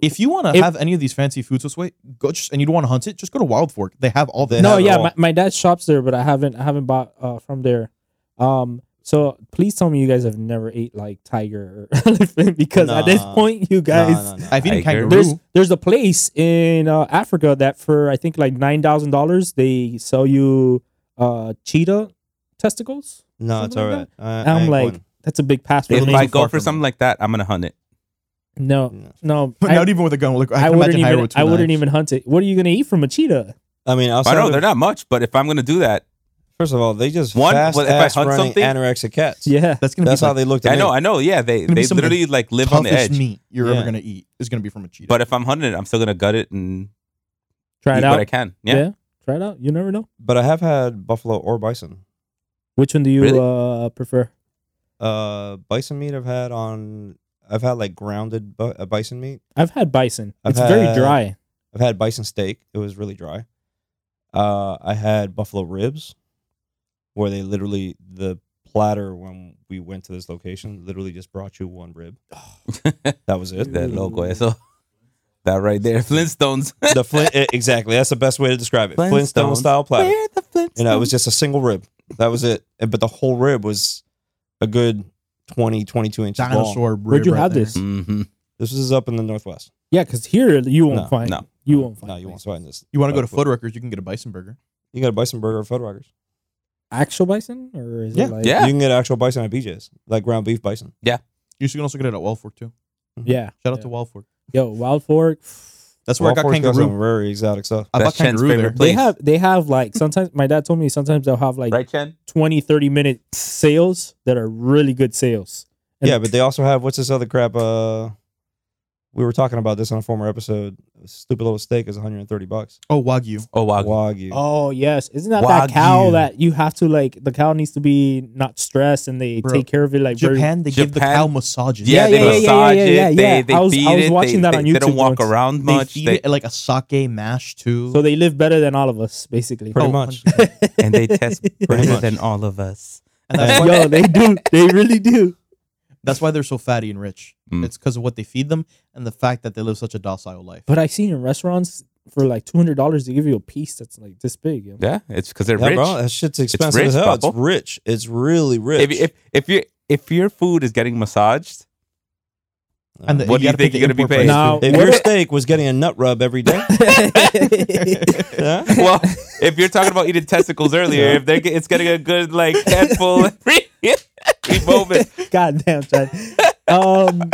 If you want to
If-
have any of these fancy foods this way, go just, and you want to hunt it, just go to Wild Fork. They have all
They
this.
have
no,
it
yeah,
all.
my, my dad shops there, but I haven't I haven't bought uh, from there. Um, so please tell me you guys have never ate like tiger or elephant because at this
Nah.
point you
No,
guys
no, no.
I've eaten
Tiger.
kangaroo.
there's there's a place in uh, Africa that for I think like nine thousand dollars they sell you uh cheetah testicles.
no, it's all
something
right.
like
I- I
I'm
ain't
like
going.
that's a big pass for
if
me.
I
Little
go
far
for
from
something
it.
like that, I'm gonna hunt it. oh.
no,
No.
no,
But
I,
not even with a gun. Like, I,
I
can
wouldn't
imagine Hyro
even
with two
I wouldn't
knives.
even hunt it. What are you gonna eat from a cheetah?
I mean,
I
outside
know
of-
they're not much, but if I'm gonna do that,
First of all, they just
One,
fast
well, if I
ass
hunt
running
something-
anorexic cats.
Yeah,
That's gonna
That's
be
how
like
they look to
I
me.
know, I know, yeah, they
gonna be
they
some of the
literally like live on the
toughest
edge.
meat you're
Yeah.
ever gonna eat is gonna be from a cheetah.
But if I'm hunting it, I'm still gonna gut it and
try
eat
it
what I
out.
can.
Yeah.
Yeah,
try it out. You never know.
But I have had buffalo or bison.
Which one do you
Really?
uh, prefer?
Uh, bison meat I've had on. I've had like grounded bu- uh, bison meat.
I've had bison.
I've
it's very
had-
dry.
I've had bison steak. It was really dry. Uh, I had buffalo ribs, where they literally the platter when we went to this location literally just brought you one rib. that was it.
that logo, eso, that right there, Flintstones.
the Flint, eh, exactly. That's the best way to describe it.
Flintstones.
Flintstone style platter.
Where the Flintstones?
you know, it was just a single rib. That was it. And- But the whole rib was a good 20, 22 inches long.
dinosaur. Rib
Where'd you
right
have
there.
this?
Mhm.
This was up in the Northwest.
Yeah, because here you won't
No,
find.
no.
you won't find.
No, you won't find this.
You want to go to
But-
Fuddruckers? You can get a bison burger.
You got a bison burger at Fuddruckers.
actual bison, or is
Yeah.
it like
Yeah.
You can get actual bison at BJ's, like ground beef bison.
You can also get it at Wild Fork too.
yeah.
Shout out
Yeah.
to Wild Fork.
Yo, Wild Fork.
That's where I
Walfort's
got
got
kangaroo.
some very exotic stuff.
I bought
That's Chen's
kangaroo there.
favorite
They
Place.
have they have like sometimes my dad told me sometimes they'll have like
right, Chen.
twenty thirty 20 30 minute sales that are really good sales. And-
Yeah, but they also have what's this other crap? Uh, we were talking about this on a former episode. Stupid little steak is 130 bucks.
Oh, wagyu.
Oh wow,
Wagyu.
Oh yes, isn't that that cow
Wagyu.
that you have to like the cow needs to be not stressed and they
Bro,
take care of it like very
Japan, they give the
Japan-
cow massages.
Yeah,
Yeah,
they
yeah, yeah,
massage
yeah, yeah,
it.
yeah.
They, they
I was-
feed
I was
it.
watching
they,
that on
they, they
YouTube
don't walk
once.
around
They
much.
feed
They,
it like a sake mash too.
so they live better than all of us basically.
Pretty
Oh,
much.
100%.
and they test
Pretty
better
much.
than all of us.
And that's why
Yo, they do. They really do.
That's why they're so fatty and rich.
Mm.
It's because of what they feed them and the fact that they live such a docile life.
But I seen in restaurants for like two hundred dollars they give you a piece that's like this big. yo.
Yeah, it's because they're
Yeah,
rich.
bro, that shit's expensive
rich,
as hell. It's
Papa.
rich. It's really rich.
If if if your if your food is getting massaged,
And the,
What do you
gotta pay
think
the
you're gonna be
import
paid?
price,
Now-
too.
If your steak was getting a nut rub every day, yeah,
well, if you're talking about eating testicles earlier, if they're get, it's getting a good like handful every every moment.
God damn, Chad. Um,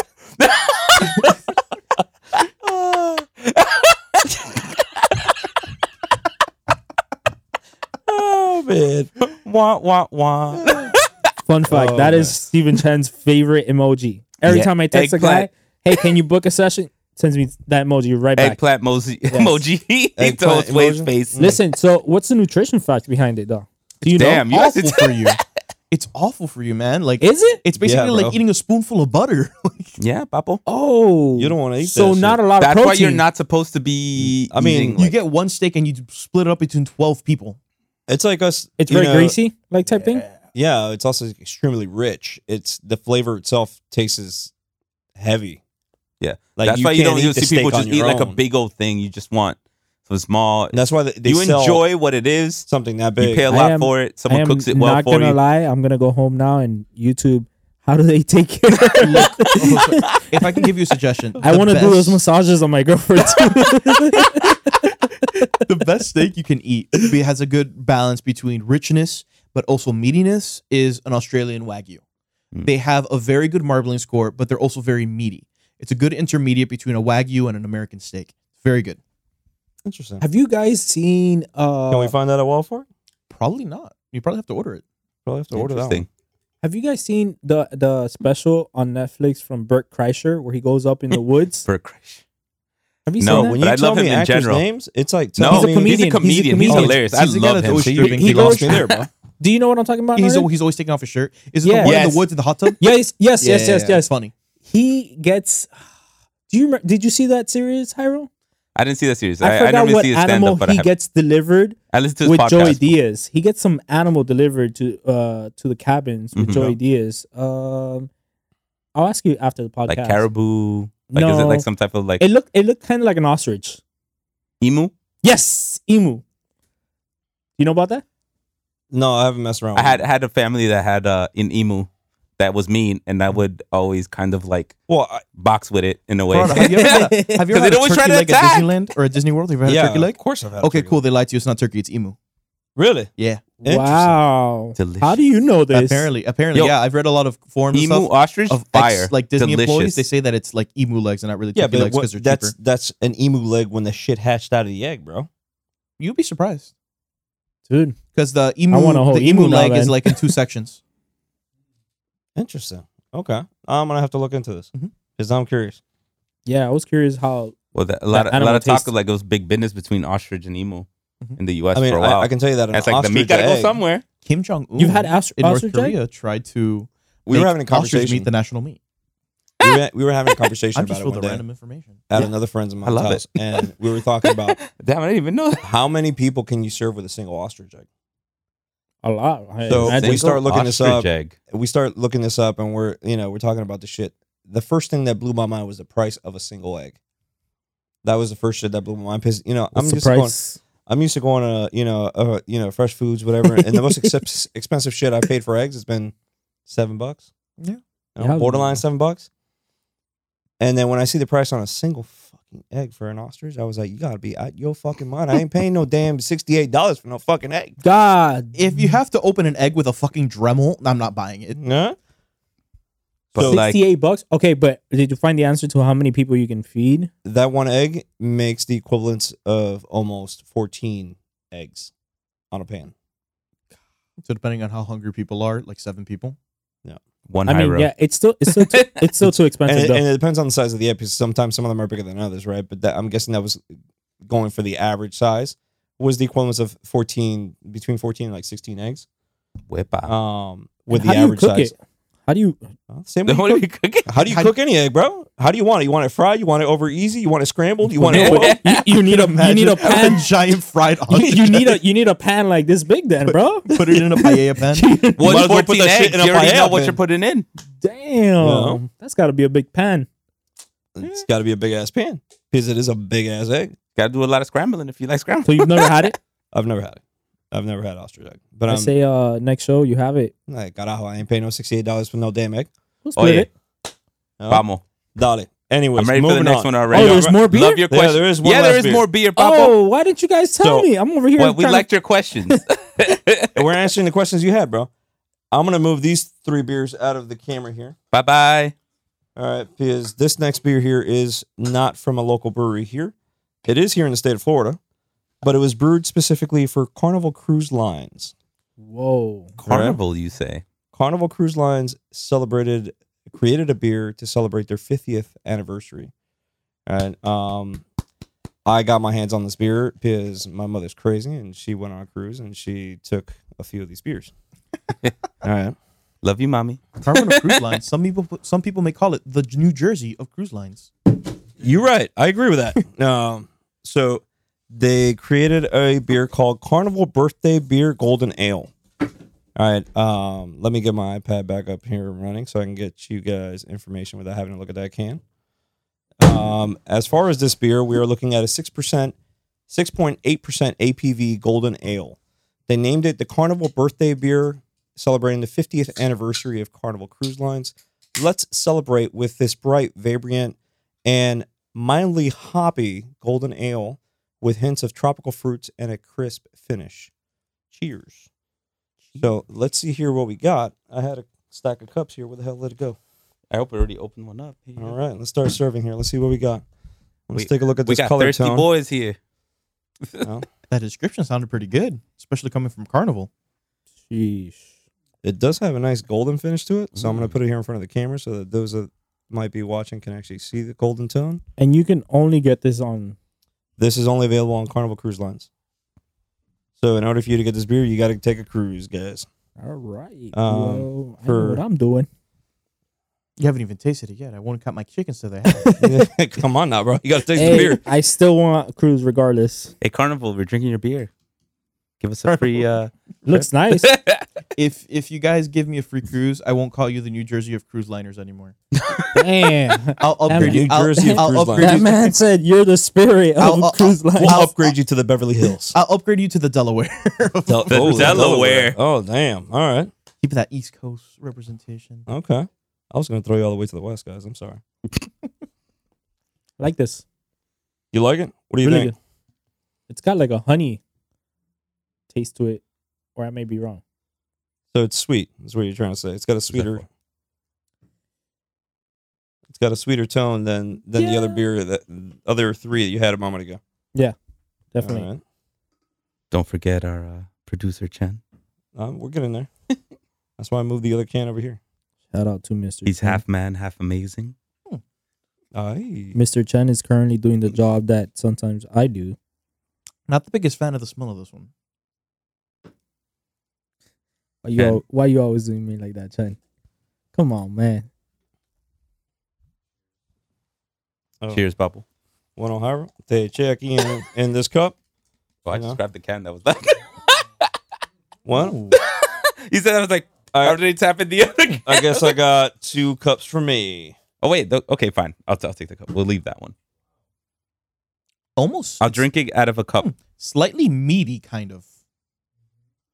oh man,
Wah wah wah.
fun fact:
Oh,
that
man.
is Stephen Chen's favorite emoji. Every
Yeah,
time I text
eggplant.
a guy, "Hey, can you book a session?" sends me that emoji right back.
Eggplant emoji. emoji. He
Eggplant
told Wade's
emoji?
face.
Listen, so what's the nutrition fact behind it, though? Do you
Damn,
know?
you guys
awful for you. It's awful for you, man. Like
Is it?
it's basically
Yeah, bro.
like eating a spoonful of butter.
yeah, Papo.
Oh,
You don't wanna eat
So
that shit.
not a lot
That's
of
why
protein.
you're not supposed to be.
I mean,
eating,
You
you
like-
get one steak and you split it up between twelve people.
it's like us.
It's
you
very
know,
greasy, like type thing.
Yeah, it's also extremely rich. It's the flavor itself tastes heavy.
Yeah.
like
that's why you
can't
don't
eat
usually
the
see
steak
people
on
just
your
eat like a
own.
big old thing. You just want some small.
And that's why they, they
you
sell
enjoy what it is.
something that
You
big.
pay a
I
lot
am-
for it.
I
Someone
am
cooks it well
not
for
gonna
you.
lie. I'm gonna go home now and YouTube. How do they take care?
If I can give you a suggestion,
I
the
want to do those
best-
massages on my girlfriend too.
the best steak you can eat it has a good balance between richness but also meatiness is an Australian Wagyu.
Mm.
They have a very good marbling score, but they're also very meaty. It's a good intermediate between a Wagyu and an American steak. Very good.
Interesting.
Have you guys seen? Uh,
Can we find that at Walford?
Probably not. You probably have to order it.
Probably have to order that.
Interesting.
One.
Have you guys seen the the special on Netflix from Burt Kreischer where he goes up in the woods?
For a crush.
Have you
No,
seen that?
When
But
you
I
tell
love
me
him in
actors'
general.
names, it's like tell
No,
he's a
me-
He's a
comedian. He's a
comedian. He's
comedian.
hilarious. I
He's the guy
love
that's
him.
always
See, you-
stripping.
he
He
lost
goes-
me there, bro.
Do you know what I'm talking about?
He's,
already?
al- he's always taking off his shirt. Is it
Yeah.
the one in
Yes.
the woods in the hot tub?
yes, yes,
Yeah,
yes,
yeah,
yes,
yeah.
yes.
Funny.
He gets. Do you remember, did you see that series, Hyrule?
I didn't see that series.
I
I, I,
forgot
normally
what
see it stand
animal
up, but I,
he
have,
gets delivered
I listen to his
with
podcast.
Joey Diaz. He gets some animal delivered to uh to the cabins with
Mhm.
Joey Diaz. Um, I'll ask you after the podcast.
like caribou. Like is it
No.
like some type of like
It looked it looked kind of like an ostrich.
emu?
Yes, emu. You know about that?
No, I haven't messed around.
I
with
Oh.
had
it.
had a family that had uh, an emu that was mean, and I would always kind of like
Well, I,
box with it in a way.
Bro, have you ever had a, have you
'Cause
ever
they
had a
always
turkey
try to
leg
attack.
at Disneyland or at Disney World? Have you ever had
yeah,
a turkey leg?
Of course, I've had. a
Okay,
turkey
cool.
leg.
They lied to you. It's not turkey. It's emu.
Really?
Yeah.
Interesting.
Wow.
Delicious.
How do you know this?
Apparently, apparently,
Yo.
yeah. I've read a lot of forums and
emu
stuff
ostrich
of
fire.
ex, like Disney
Delicious.
employees. They say that it's like emu legs and not really
Yeah,
turkey
but
legs
what-
because they're
that's
cheaper.
that's an emu leg when the shit hatched out of the egg, bro.
You'd be surprised
Dude,
because the emu,
want a whole
the emu,
emu now,
leg is
man.
like in two sections.
Interesting. Okay, I'm gonna have to look into this
Mhm.
because I'm curious.
yeah, I was curious how
Well, that, a lot, of, a
That
lot
animal
of talk
tastes-
of like it was big business between ostrich and emu
Mhm.
in the U.S.
Mm-hmm. I mean,
for a while.
I, I can tell you that an
That's like the
ostrich
meat gotta
egg,
go somewhere.
Kim Jong Un.
you've had
Mm.
ostr-
in North
ostrich egg?
Korea tried to.
We were
make
having a
ostrich
conversation.
Meat the national meat.
we, were, we were having a conversation
I'm
about
just
it
full
one
of
day
random information.
at
Yeah.
another friend's of
I
mine's
love
house, and we were talking about
Damn, I didn't even know. that.
how many people can you serve with a single ostrich egg.
a lot. I-
So
I
we
Single
think-
start looking this
ostrich
up.
Egg.
we start looking this up and we're you know we're talking about the shit the first thing that blew my mind was the price of a single egg that was the first shit that blew my mind because you know i'm
what's the
just going,
price?
i'm used to going to you know uh, you know fresh foods whatever and the most ex- expensive shit i've paid for eggs has been seven bucks
Yeah.
You know,
Yeah.
borderline seven bucks and then when i see the price on a single fucking egg for an ostrich i was like you gotta be out your fucking mind i ain't paying no damn $68 for no fucking egg
God,
If you have to open an egg with a fucking Dremel, I'm not buying it.
Huh?
But
So-
like,
68 bucks. Okay, but did you find the answer to how many people you can feed?
that one egg makes the equivalence of almost 14 eggs on a pan.
So depending on how hungry people are, like seven people.
one
I mean,
Hyro.
yeah, it's still it's still too, it's still too
And
expensive
it,
though.
and it depends on the size of the egg because sometimes some of them are bigger than others, right? But that, I'm guessing that was going for the average size was the equivalence of 14 between 14 and like 16 eggs.
Whip out.
Um with
how
the
do you
average
cook
size.
it? How do you?
Huh? Same way
The
you
only
cook-
way you cook it-
How do Uh, you
How do
cook any egg, bro? How do you want it? You want it fried? You want it over easy? You want it scrambled? You want
No,
it boiled?
but you, you need a you need a
Imagine
pan.
giant fried
You,
ostrich.
you need a you need a pan like this big then, bro.
put it in a paella pan.
might
One
as well put
14
that shit
eggs.
in a
You already know
paella
what
bin.
you're putting in.
Damn,
Yeah.
that's got to be a big pan.
It's got to be a big ass pan because it is a big ass egg.
Gotta do a lot of scrambling if you like
So
scrambling.
you've never had it.
I've never had it. I've never had ostrich egg, but um,
I
I'm
say uh next show you have it.
Like, carajo, I ain't paying no $68 for no damn egg.
We'll split
Oye,
it.
No?
vamos.
Dale. Anyways,
I'm ready for the
moving
next
on.
one already.
Oh, there's more beer.
Love your
Yeah,
question.
there is one
Yeah, there
last
is
beer.
more beer, Pablo.
Oh, why didn't you guys tell
So,
me? I'm over here.
Well, we
trying to-
liked your questions.
We're answering the questions you had, bro. I'm going to move these three beers out of the camera here.
bye bye.
All right, because this next beer here is not from a local brewery here. It is here in the state of Florida, but it was brewed specifically for Carnival Cruise Lines.
Whoa.
Carnival, you say?
Carnival Cruise Lines celebrated created a beer to celebrate their 50th anniversary. And um I got my hands on this beer because my mother's crazy and she went on a cruise and she took a few of these beers. All right.
Love you, mommy.
Carnival of cruise lines. Some people, put- some people may call it the New Jersey of cruise lines.
You're right. I agree with that. um so they created a beer called Carnival Birthday Beer Golden Ale. All right. Um, let me get my iPad back up here and running so I can get you guys information without having to look at that can. Um, as far as this beer, we are looking at a 6%, 6.8% APV Golden Ale. They named it the Carnival Birthday Beer, celebrating the 50th anniversary of Carnival Cruise Lines. Let's celebrate with this bright, vibrant, and mildly hoppy Golden Ale with hints of tropical fruits and a crisp finish. Cheers. So let's see here what we got. I had a stack of cups here. Where the hell did it go?
I hope I already opened one up. Here you
All
go.
right, let's start serving here. Let's see what we got. Let's
We-
take a look at
We
this
got
color
thirsty
tone.
boys here.
No,
That description sounded pretty good, especially coming from Carnival.
Sheesh.
it does have a nice golden finish to it, so I'm
Mm.
going to put it here in front of the camera so that those that might be watching can actually see the golden tone.
And you can only get this on.
This is only available on Carnival Cruise Lines. So in order for you to get this beer, you got to take a cruise, guys.
All right.
Um,
well, I know
for-
what I'm doing.
You haven't even tasted it yet. I won't cut my chickens to their head.
Come on now, bro. You gotta taste the
Hey,
beer.
I still want cruise regardless.
Hey, Carnival, we're drinking your beer. Give us a free. Uh,
Looks nice.
if if you guys give me a free cruise, I won't call you the New Jersey of cruise liners anymore.
Damn.
I'll upgrade you.
New
I'll,
Jersey of
I'll
cruise
upgrade
That
you.
man said you're the spirit of
I'll- I'll-
cruise line.
We'll upgrade you to the Beverly Hills.
I'll upgrade you to the Delaware.
Del-
The
the
Delaware.
Oh, damn. All right.
Keep that East Coast representation.
Okay. I was gonna throw you all the way to the west, guys. I'm sorry.
like this.
You like it? What do you
really
think?
good. It's got like a honey taste to it, or I may be wrong.
So it's sweet. Is what you're trying to say. It's got a sweeter. It's got a sweeter tone than than the other
Yeah.
beer that other three that you had a moment ago.
Definitely.
All right.
Don't forget our uh, producer Chen.
Um, we're getting there. That's why I moved the other can over here.
Shout out to Mr.
He's
Chen.
half man, half amazing.
Aye.
Mr. Chen is currently doing the job that sometimes I do.
Not the biggest fan of the smell of this one.
Why you,
Chen.
al- why you always doing me like that, Chen? Come on, man.
Oh,
Cheers, Bubble.
One O'Hara. They check in in this cup.
Oh, I
No.
just grabbed the can that was like.
One.
he said I was like, how did he tap in the other? Can?
I guess I got two cups for me.
Oh wait, th- okay, fine. I'll, t- I'll take the cup. We'll leave that one.
Almost.
I'll drink it out of a cup.
Hmm. Slightly meaty, kind of.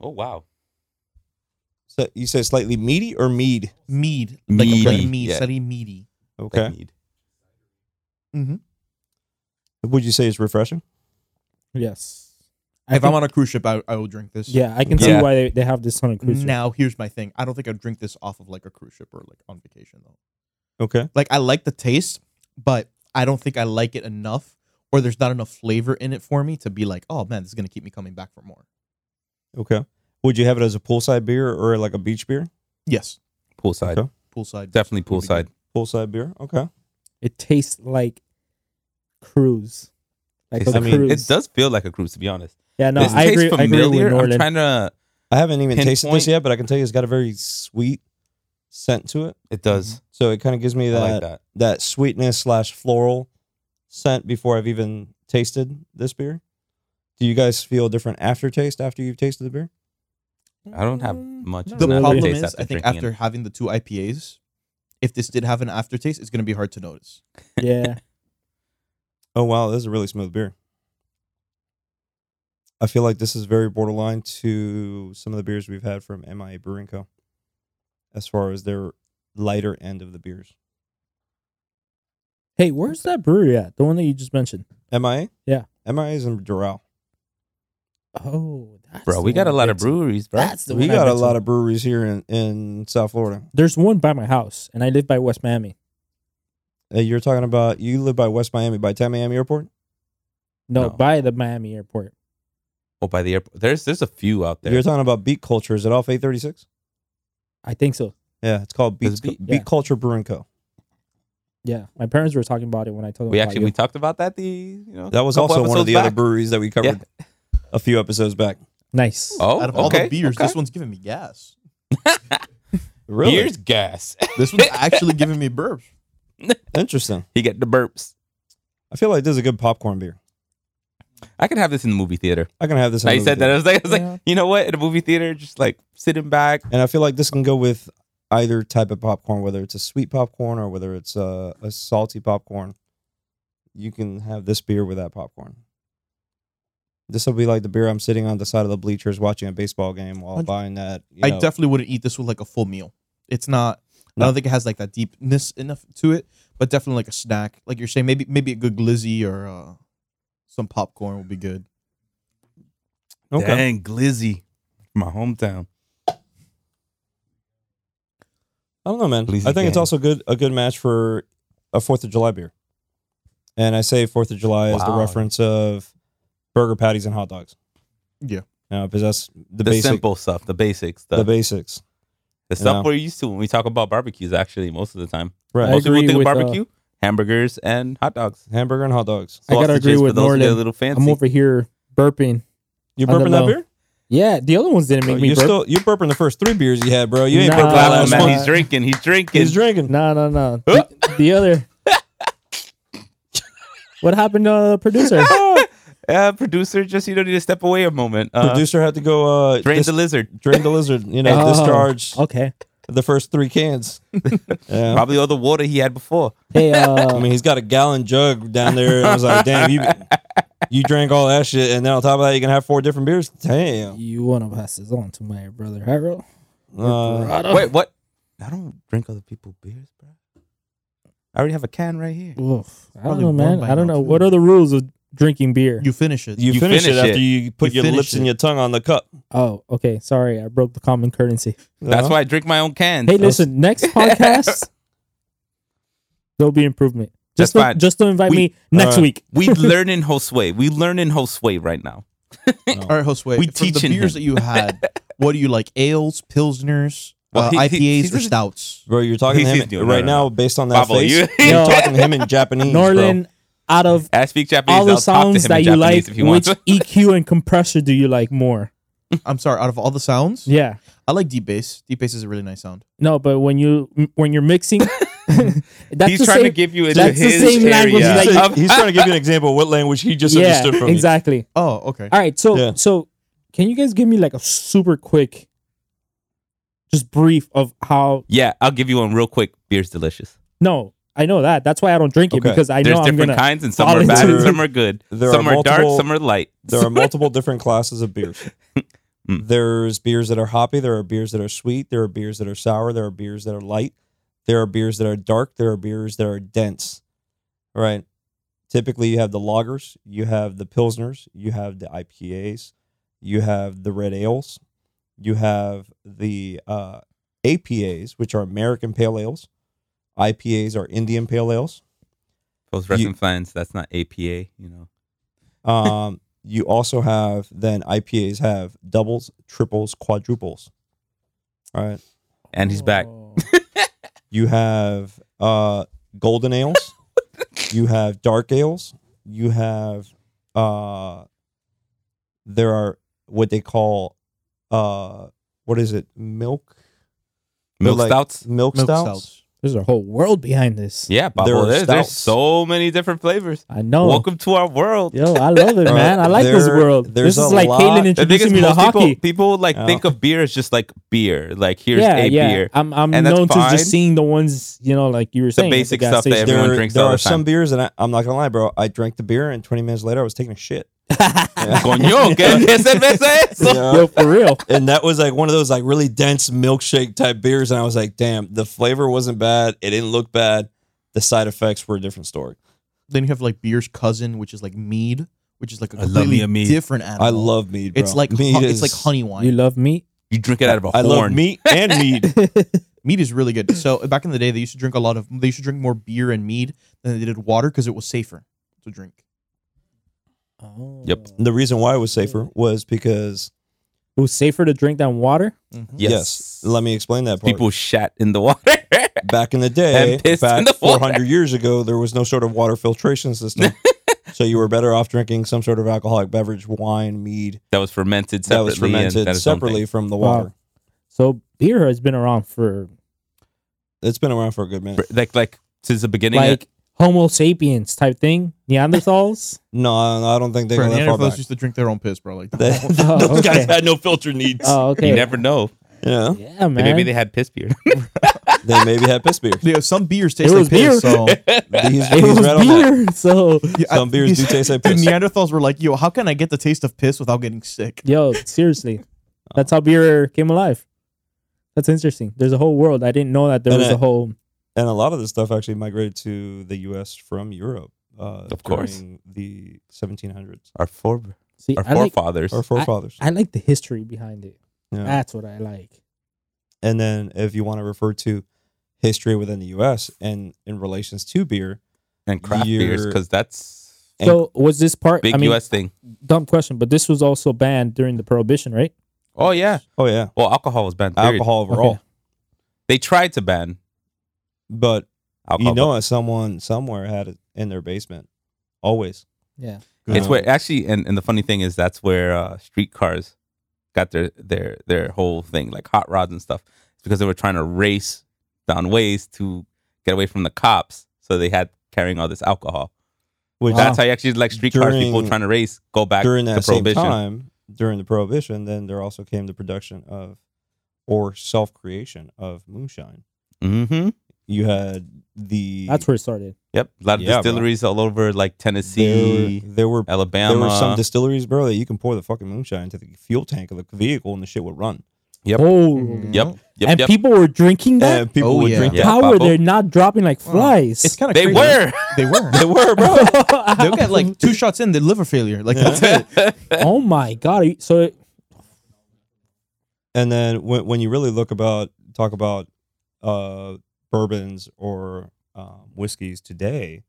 Oh wow,
So you say slightly meaty or mead?
Mead. Like a
Meaty,
plain mead.
yeah.
Slightly meaty.
Okay.
need.
Mm-hmm.
Would you say it's refreshing?
Yes. I
If I'm
think-
on a cruise ship, I, I will drink this.
yeah, I can see
Yeah.
why they, they have this on a cruise ship.
Now, here's my thing. I don't think I'd drink this off of like a cruise ship or like on vacation though.
Okay.
Like I like the taste, but I don't think I like it enough, or there's not enough flavor in it for me to be like, oh man, this is gonna keep me coming back for more.
Okay. Would you have it as a poolside beer or like a beach beer?
Yes,
Poolside,
Okay.
poolside.
definitely
would be good.
poolside.
Poolside beer. Okay.
It tastes like cruise. Like
Tastes
a
I mean,
cruise.
It does feel like a cruise, to be honest.
Yeah, no,
this
I
tastes
agree, I agree with
familiar. I'm
Norland.
trying to.
I haven't even tasted this
Pinpoint.
yet, but I can tell you it's got a very sweet scent to it.
It does.
So it kind of gives me
I
that,
like
that
that.
sweetness slash floral scent before I've even tasted this beer. Do you guys feel a different aftertaste after you've tasted the beer?
I don't have much.
The
of
The
an
Mm, Really?
problem
aftertaste
is, I think
drinking
after
it.
having the two IPAs, if this did have an aftertaste, it's gonna be hard to notice.
yeah.
Oh wow, this is a really smooth beer. I feel like this is very borderline to some of the beers we've had from MIA Brewing Co. As far as their lighter end of the beers,
Hey, where's that brewery at? The one that you just mentioned.
MIA,
Yeah.
MIA is in Doral.
Oh, that's
bro,
the
we got a
one
lot
I've
of
been to.
breweries, bro.
That's the
We
one
got
I've
a
been
lot
to.
of breweries here in, in South Florida.
There's one by my house, and I live by West Miami.
Uh, You're talking about you live by West Miami, by Tam Miami Airport.
No,
No.
by the Miami airport.
oh, by the airport, there's there's a few out there.
You're talking about Beat Culture. Is it off A36?
I think so.
Yeah, it's called Beat
Is it Beat?
Beat
Yeah.
Culture Brewing Co.
Yeah, my parents were talking about it when I told them.
We
about
actually
you.
we talked about that. The you know
That was
couple
also one of
episodes
the other
back.
breweries that we covered a few episodes back.
nice.
Oh,
Out of
okay.
all the beers,
okay.
this one's giving me gas.
Really
Beers gas.
This one's actually giving me burps.
interesting.
he get the burps.
I feel like this is a good popcorn beer.
I could have this in the movie theater.
I can have this. in
Now
a
you
movie
said that. I
theater.
was like, I was
Yeah.
like, you know what? In a movie theater, just like sitting back.
and I feel like this can go with either type of popcorn, whether it's a sweet popcorn or whether it's a, a salty popcorn. You can have this beer with that popcorn. This will be like the beer I'm sitting on the side of the bleachers watching a baseball game while
Hundred-
buying that. You
I
know,
definitely wouldn't eat this with like a full meal. It's not. I
No.
don't think it has like that deepness enough to it, but definitely like a snack. Like you're saying, maybe maybe a good glizzy or uh, some popcorn would be good.
okay.
Dang, Glizzy, my hometown.
I don't know, man.
Please
I think it's
again.
also good a good match for a Fourth of July beer. And I say Fourth of July is the
Wow.
reference of burger patties and hot dogs.
Yeah.
because that's the,
The
basic,
simple stuff, the basic stuff,
the
the,
basics.
stuff
yeah.
we're used to when we talk about barbecues. Actually, most of the time,
Right.
I
most people
agree
think of
with, uh,
barbecue, hamburgers and hot dogs.
Hamburger and hot dogs.
I gotta
Sausages
agree
for
with
those who get
Norlin.
A little fancy.
I'm over here burping.
You
On the
burping that
low.
beer?
Yeah, the other ones didn't make
Bro,
me
you're
burp.
still you're burping the first three beers you had, bro. You ain't
Nah.
burping the
Wow,
Clap
last
him, man.
one.
He's drinking. He's drinking.
He's drinking.
No, no, no. The, the other. what happened to the producer?
Uh, producer, just you don't need to step away a moment. Uh,
Producer had to go uh,
drain
dis-
the lizard.
drain the lizard. You know,
Oh,
discharge
Okay.
the first three cans. yeah.
Probably all the water he had before.
Hey, uh,
I mean, he's got a gallon jug down there. And I was like, damn, you you drank all that shit, and then on top of that, you can have four different beers. Damn.
you want to pass this on to my brother Harold?
Uh,
Wait, what? I don't drink other people's beers, bro. I already have a can right here.
Oof. I don't
Probably
know,
warm
man.
by
I don't
now,
know.
too.
What are the rules of drinking beer?
You finish it.
you,
You
finish,
finish
it after
it.
you put
You
your
finish
lips and
it.
your tongue on the cup.
oh, okay. Sorry, I broke the common currency.
That's
Uh-huh.
why I drink my own cans.
Hey, listen. Next podcast, there'll be improvement.
That's
Just
fine.
to, just to invite
We- uh,
me next
Alright.
week.
we learn in Josue. We learn in Josue right now.
All right, Josue.
We
from the
teaching
beers
him.
that you had. what do you like? Ales, pilsners,
Well,
uh,
he- he-
IPAs,
he's
or
just-
stouts?
Bro, you're talking to
He's-
him
he's doing-
right
no,
now
no,
based on that
Pablo,
face.
you-
You,
Yo.
are talking to him in Japanese, bro.
Norlin, out of
I speak Japanese.
all the
I'll talk to
sounds
him
that
in
you
Japanese
like,
if he
which
wants.
EQ and compressor do you like more?
I'm sorry. Out of all the sounds,
Yeah.
I like deep bass. Deep bass is a really nice sound.
No, but when you when you're mixing, that's
He's
the
trying
same.
to give you into
that's the
his
same
area.
language
He's,
that
just-
you-
Of-
he's trying to give you an example of what language he just
yeah,
understood from you.
exactly.
Oh, okay.
All right, so
Yeah.
so can you guys give me like a super quick, just brief of how?
yeah, I'll give you one real quick. Beer's delicious.
No, I know that. That's why I don't drink it
Okay.
because I
There's
know I'm
different
gonna.
kinds, and some
fall
are bad, and
into-
some are good.
There
some
are
are,
multiple-
dark, some are light.
There are multiple different classes of beers.
Mm.
There's beers that are hoppy. There are beers that are sweet. There are beers that are sour. There are beers that are light. There are beers that are dark. There are beers that are dense. All right. Typically, you have the lagers, you have the pilsners, you have the IPAs, you have the red ales, you have the uh, APAs, which are American pale ales. IPAs are Indian pale ales.
Those
You-
Russian fans, that's not APA, you know.
Um, you also have then IPAs have doubles, triples, quadruples. All right.
And he's back.
Oh.
You have uh, golden ales. you have dark ales. You have uh, there are what they call uh, what is it? Milk
Milk
like-
stouts.
milk,
Milk
stouts.
stouts.
There's a whole world behind this.
There
Yeah, Pablo.
are
There's, there's
stouts.
so many different flavors.
I know.
Welcome to our world.
Yo, I love it,
Uh,
man. I like this
there-
world.
there's
This is
a
like
lot-
Kaylin
The
The thing is,
introducing me to
most people,
hockey.
people like
Yeah.
think of beer as just like beer. Like here's
Yeah,
a
yeah.
beer.
I'm I'm
And that's
known to
fine.
just seeing the ones you know, like you were saying, at
basic
gas
stuff that
station.
everyone
There,
drinks
there
all
are
the time.
some beers, and I, I'm not gonna lie, bro. I drank the beer, and 20 minutes later, I was taking a shit. Yeah.
Coño, ¿qué qué cerveza es? eso?
Yeah.
Yo, for real.
and that was like one of those like really dense milkshake type beers and i was like damn the flavor wasn't bad it didn't look bad the side effects were a different story
Then you have like beer's cousin, which is like mead, which is like a
I love me
completely
a mead.
different animal.
i love meat bro.
It's like
meat
hu-
is-
it's like honey
You
wine.
love meat?
You drink it out of a
i love
horn.
meat and meat
Mead is really good. So back in the day, they used to drink a lot of. They used to drink more beer and mead than they did water because it was safer to drink.
Oh.
Yep.
the reason why it was safer was because
It was safer to drink than water.
Mm-hmm.
yes,
Yes.
let me explain that part.
People shat in the water.
back in the day
And pissed
back
in the water.
400 years ago there was no sort of water filtration system so you were better off drinking some sort of alcoholic beverage wine mead
that was fermented
that
separately.
was fermented
and that is something.
separately from the water
Wow. So beer has been around for
it's been around for a good minute
Like like since the beginning.
like Homo sapiens type thing, Neanderthals.
no i I don't think they
Bro,
go that far back
Neanderthals used to drink their own piss, bro. Like
They-
Oh,
uh,
those guys
okay.
had no filter needs.
oh, okay.
You never know.
yeah,
yeah, man.
Maybe they had piss beer.
they maybe had piss beer.
Yeah, some beers taste
It
like
was
piss.
beer.
So
He's,
it
he's
was
right on that.
beer, so
Yeah, I-
Some beers do
these-
taste like
the
piss.
Neanderthals were like, "Yo, how can I get the taste of piss without getting sick?"
yo, seriously,
Oh.
that's how beer came alive. That's interesting. There's a whole world. I didn't know that there
And
was
I-
a whole.
And a lot of this stuff actually migrated to the U.S. from Europe. Uh,
Of course.
during the 1700s.
Our fore
See,
our
I like,
forefathers.
Our forefathers.
I like the history behind it.
yeah.
That's what I like.
And then, if you want to refer to history within the U.S. and in relations to beer,
and craft beers
Your-
because that's
And-
so was this part?
big
I mean,
U.S. thing.
dumb question, but this was also banned during the prohibition, right?
Oh yeah.
oh yeah,
Well, alcohol was banned. Alcohol.
alcohol overall.
Okay.
They tried to ban
But
alcohol.
you know, as someone somewhere had it in their basement, always.
Yeah.
but it's
Uh,
where actually, and, and the funny thing is that's where uh, streetcars got their their their whole thing like hot rods and stuff. It's because they were trying to race down ways to get away from the cops, so they had carrying all this alcohol.
Which
That's how you actually like street cars.
During-
People trying to race go back
during
to
that same
prohibition.
time, during the prohibition, then there also came the production of or self creation of moonshine.
Mm-hmm.
You had the
That's where it started.
Yep, a lot of
Yeah, bro.
distilleries all over like
there,
Tennessee,
there were
Alabama.
there were some distilleries, bro, that you can pour the fucking moonshine into the fuel tank of the vehicle and the shit would run.
Yep.
Oh,
yep, yep,
and
yep.
people were drinking that.
And people
Oh,
would
yeah.
drink
Yeah,
How were
Pablo.
they not dropping like flies?
It's kind of
they were.
They were.
They were, bro.
They'll get like two shots in, they liver failure. Like that's it.
oh my god! Are you- So it-
and then when, when you really look about talk about uh bourbons or um, whiskeys today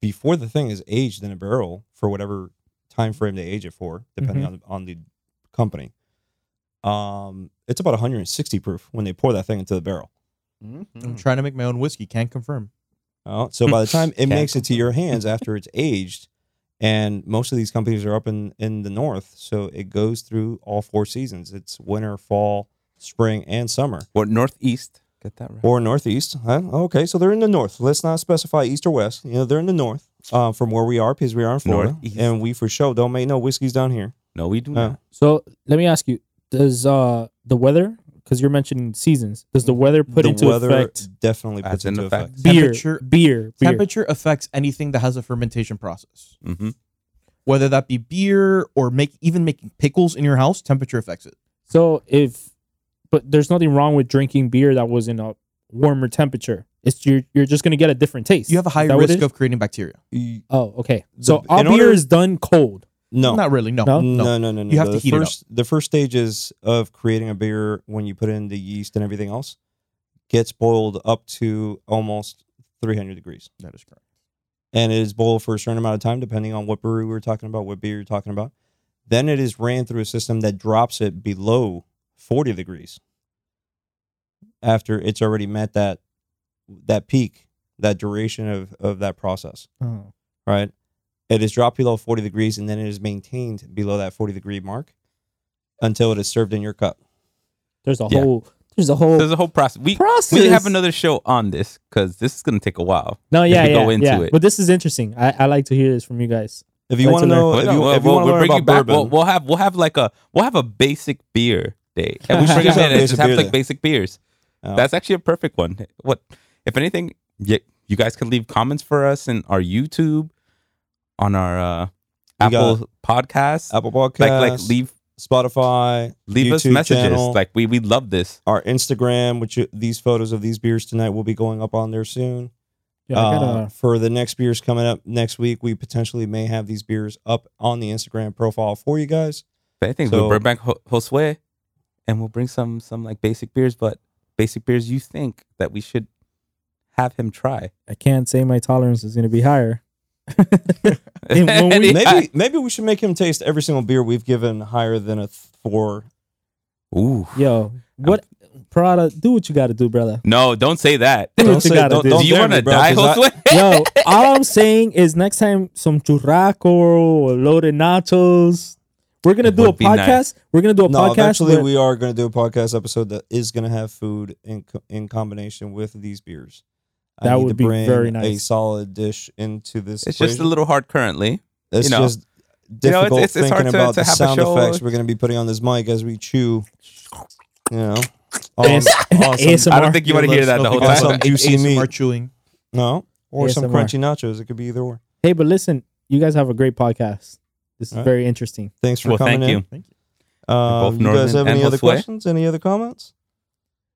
before the thing is aged in a barrel for whatever time frame they age it for depending on, on the company um it's about 160 proof when they pour that thing into the barrel
I'm trying to make my own whiskey. Can't confirm.
Uh, so by the time it
Can't
makes it to your hands after it's aged and most of these companies are up in in the north so it goes through all four seasons it's winter fall spring and summer
Or Northeast. Get that right.
or northeast. Huh? Okay, so they're in the north. Let's not specify east or west. You know, they're in the north uh, from where we are because we are in Florida,
Northeast.
and we for sure don't make no whiskeys down here.
No, we do
No.
not.
so let me ask you: Does uh the weather? Because you're mentioning seasons. Does the weather put
the
into
weather
effect
definitely
Adds
puts
an
into effect.
effect.
beer,
Temperature-
beer, beer?
Temperature affects anything that has a fermentation process.
Mm-hmm.
Whether that be beer or make even making pickles in your house, temperature affects it.
So if, but there's nothing wrong with drinking beer that was in a warmer temperature. It's you're you're just gonna get a different taste.
You have a
Is
high
that what it
risk
is?
of creating bacteria.
Y-
Oh, okay. So
in
all beer
order-
is done cold.
No.
Not really. No.
No?
no, no, no, no.
You have to
the
heat it up.
first, The first stages of creating a beer when you put in the yeast and everything else gets boiled up to almost 300 degrees.
That is correct.
and it is boiled for a certain amount of time, depending on what brewery we're talking about, what beer you're talking about. Then it is ran through a system that drops it below 40 degrees after it's already met that that peak, that duration of, of that process,
Oh.
right? It is dropped below 40 degrees and then it is maintained below that 40 degree mark until it is served in your cup.
There's a
Yeah.
whole. There's a whole.
There's a whole process. We
Process.
we have another show on this because this is gonna take a while.
no,
if
yeah,
we
yeah,
go into
yeah.
it.
But this is interesting. I, I like to hear this from you guys.
If you
Like
want to
to learn.
know,
Well,
if
no,
you,
we'll-
if you
we'll-
want to
we'll
learn
bring you
about
back.
bourbon,
We'll, we'll have we'll have like a we'll have a basic beer day, and we
Bring
bring
us
it
out a
in and
basic
just have
beer Oh.
like
day.
basic beers.
Yeah.
That's actually a perfect one. What if anything? You, you guys can leave comments for us in our YouTube, on our uh,
We got
Apple podcast,
Apple Podcast,
like like leave
Spotify,
leave us
YouTube
messages.
channel.
Like we we love this.
our Instagram, which you- these photos of these beers tonight will be going up on there soon.
Yeah, I
Uh,
gotta,
for the next beers coming up next week, we potentially may have these beers up on the Instagram profile for you guys.
But I think
So-
we'll bring back Ho- Josue, and we'll bring some some like basic beers, but basic beers you think that we should have him try.
I can't say my tolerance is gonna be higher.
And
when we-
he-
Maybe maybe we should make him taste every single beer we've given higher than a th- four.
Ooh.
Yo, what Prada? Do what you gotta do, brother.
No, don't say that.
Do what
say-
you gotta
don't-
do.
don't
Do you
dare
want
me,
to
bro,
die,
'cause I-
Josue?
Yo, all I'm saying is next time some churraco or loaded nachos. We're gonna
It
do a
would be
podcast.
nice.
We're gonna do a
No,
podcast.
eventually
where-
we are going to do a podcast episode that is going to have food in co- in combination with these beers.
That
need
would
to
be
bring
very
A
nice.
solid dish into this.
It's just a
equation.
little hard currently.
It's
you know,
just
you know, it's-
difficult
it's- it's hard
thinking
to-
about
to
the
have a
sound
show.
effects we're going to be putting on this mic as we chew. You know, Um, on,
AS- ASMR.
I don't think you want to hear that the whole
You'll love Some
time.
Some
snow juicy
juicy ASMR
meat.
chewing.
no, or some
ASMR.
crunchy nachos. It could be either or.
hey, but listen, you guys have a great podcast. This is
Alright.
very interesting.
Thanks for
Well,
coming
thank you.
in.
Thank you.
Um,
Both
you guys
Northern
have
and
any other
Josue.
questions? Any other comments?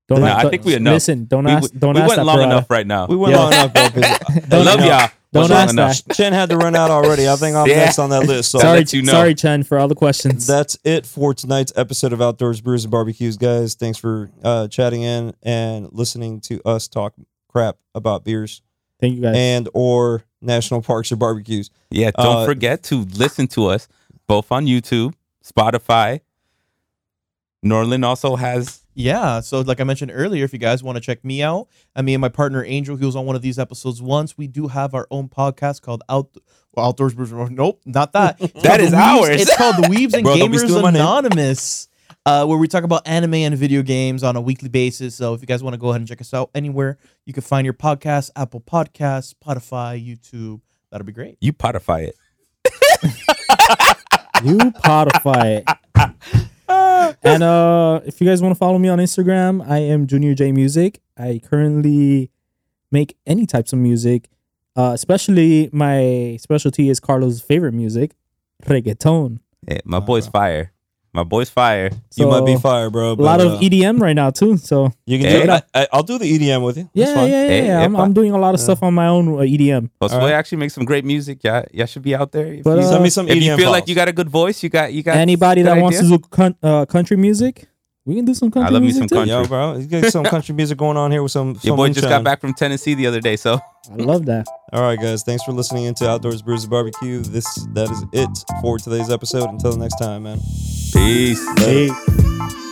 Don't
Nah,
ask,
I
don't-
think we enough.
Listen, don't
We,
ask.
we-
Don't
we
ask
went
that,
long
Prada.
enough right now.
We went
Yeah.
long enough, bro. 'cause
I
Don't
love
ask-
y'all.
Don't
Long
ask
enough.
that.
Chen had to run out already. I think I'm
Yeah.
next on that list. So
Sorry.
Sorry,
let you know.
sorry, Chen, for all the questions.
that's it for tonight's episode of Outdoors Brews and Barbecues, guys. Thanks for uh, chatting in and listening to us talk crap about beers.
Thank you guys.
and or national parks or barbecues.
Yeah, don't
Uh,
forget to listen to us both on YouTube, Spotify. Norlin also has
Yeah. So, like I mentioned earlier, if you guys want to check me out, I mean, my partner Angel, he was on one of these episodes once. We do have our own podcast called Out well, Outdoors Brews. Nope, not that. It's
That
called
is
The Weaves-
ours.
It's called The Weaves and
Bro, don't be
Gamers
stealing my name.
Anonymous. uh, where we talk about anime and video games on a weekly basis. So if you guys want to go ahead and check us out anywhere, you can find your podcast, Apple Podcasts, Spotify, YouTube. That'll be great.
You potify it.
You potify it.
Ah.
and uh, if you guys want to follow me on Instagram, I am Junior J Music. I currently make any types of music. Uh, especially my specialty is Carlos' favorite music, reggaeton.
Yeah, Eh,
Oh,
my boy's fire. My boy's fire.
you might be
So,
fire, bro.
A lot
but,
of E
uh,
EDM right now too. So
You can
Hey.
do it. I, I'll do the EDM with you. That's
yeah, yeah,
fine.
yeah,
Hey,
yeah. I'm,
epa.
I'm doing a lot of
Yeah.
stuff on my own uh, EDM.
Josue
Alright.
actually makes some great music. Yeah, yeah, should be out there. If,
But,
you,
uh,
Send me some
if
EDM.
you feel like
files.
you got a good voice, you got you got
Anybody
good
that wants to
ideas?
do con- uh, country music, we can do some country
love me
music
some
too.
country.
Yo, bro, you got some country music going on here with some. some
Your boy just got
moonshine.
back from Tennessee the other day, so
I love that.
All right, guys, thanks for listening into Outdoors Brews and Barbecue. This that is it for today's episode. Until next time, man.
peace.
Later.
Hey.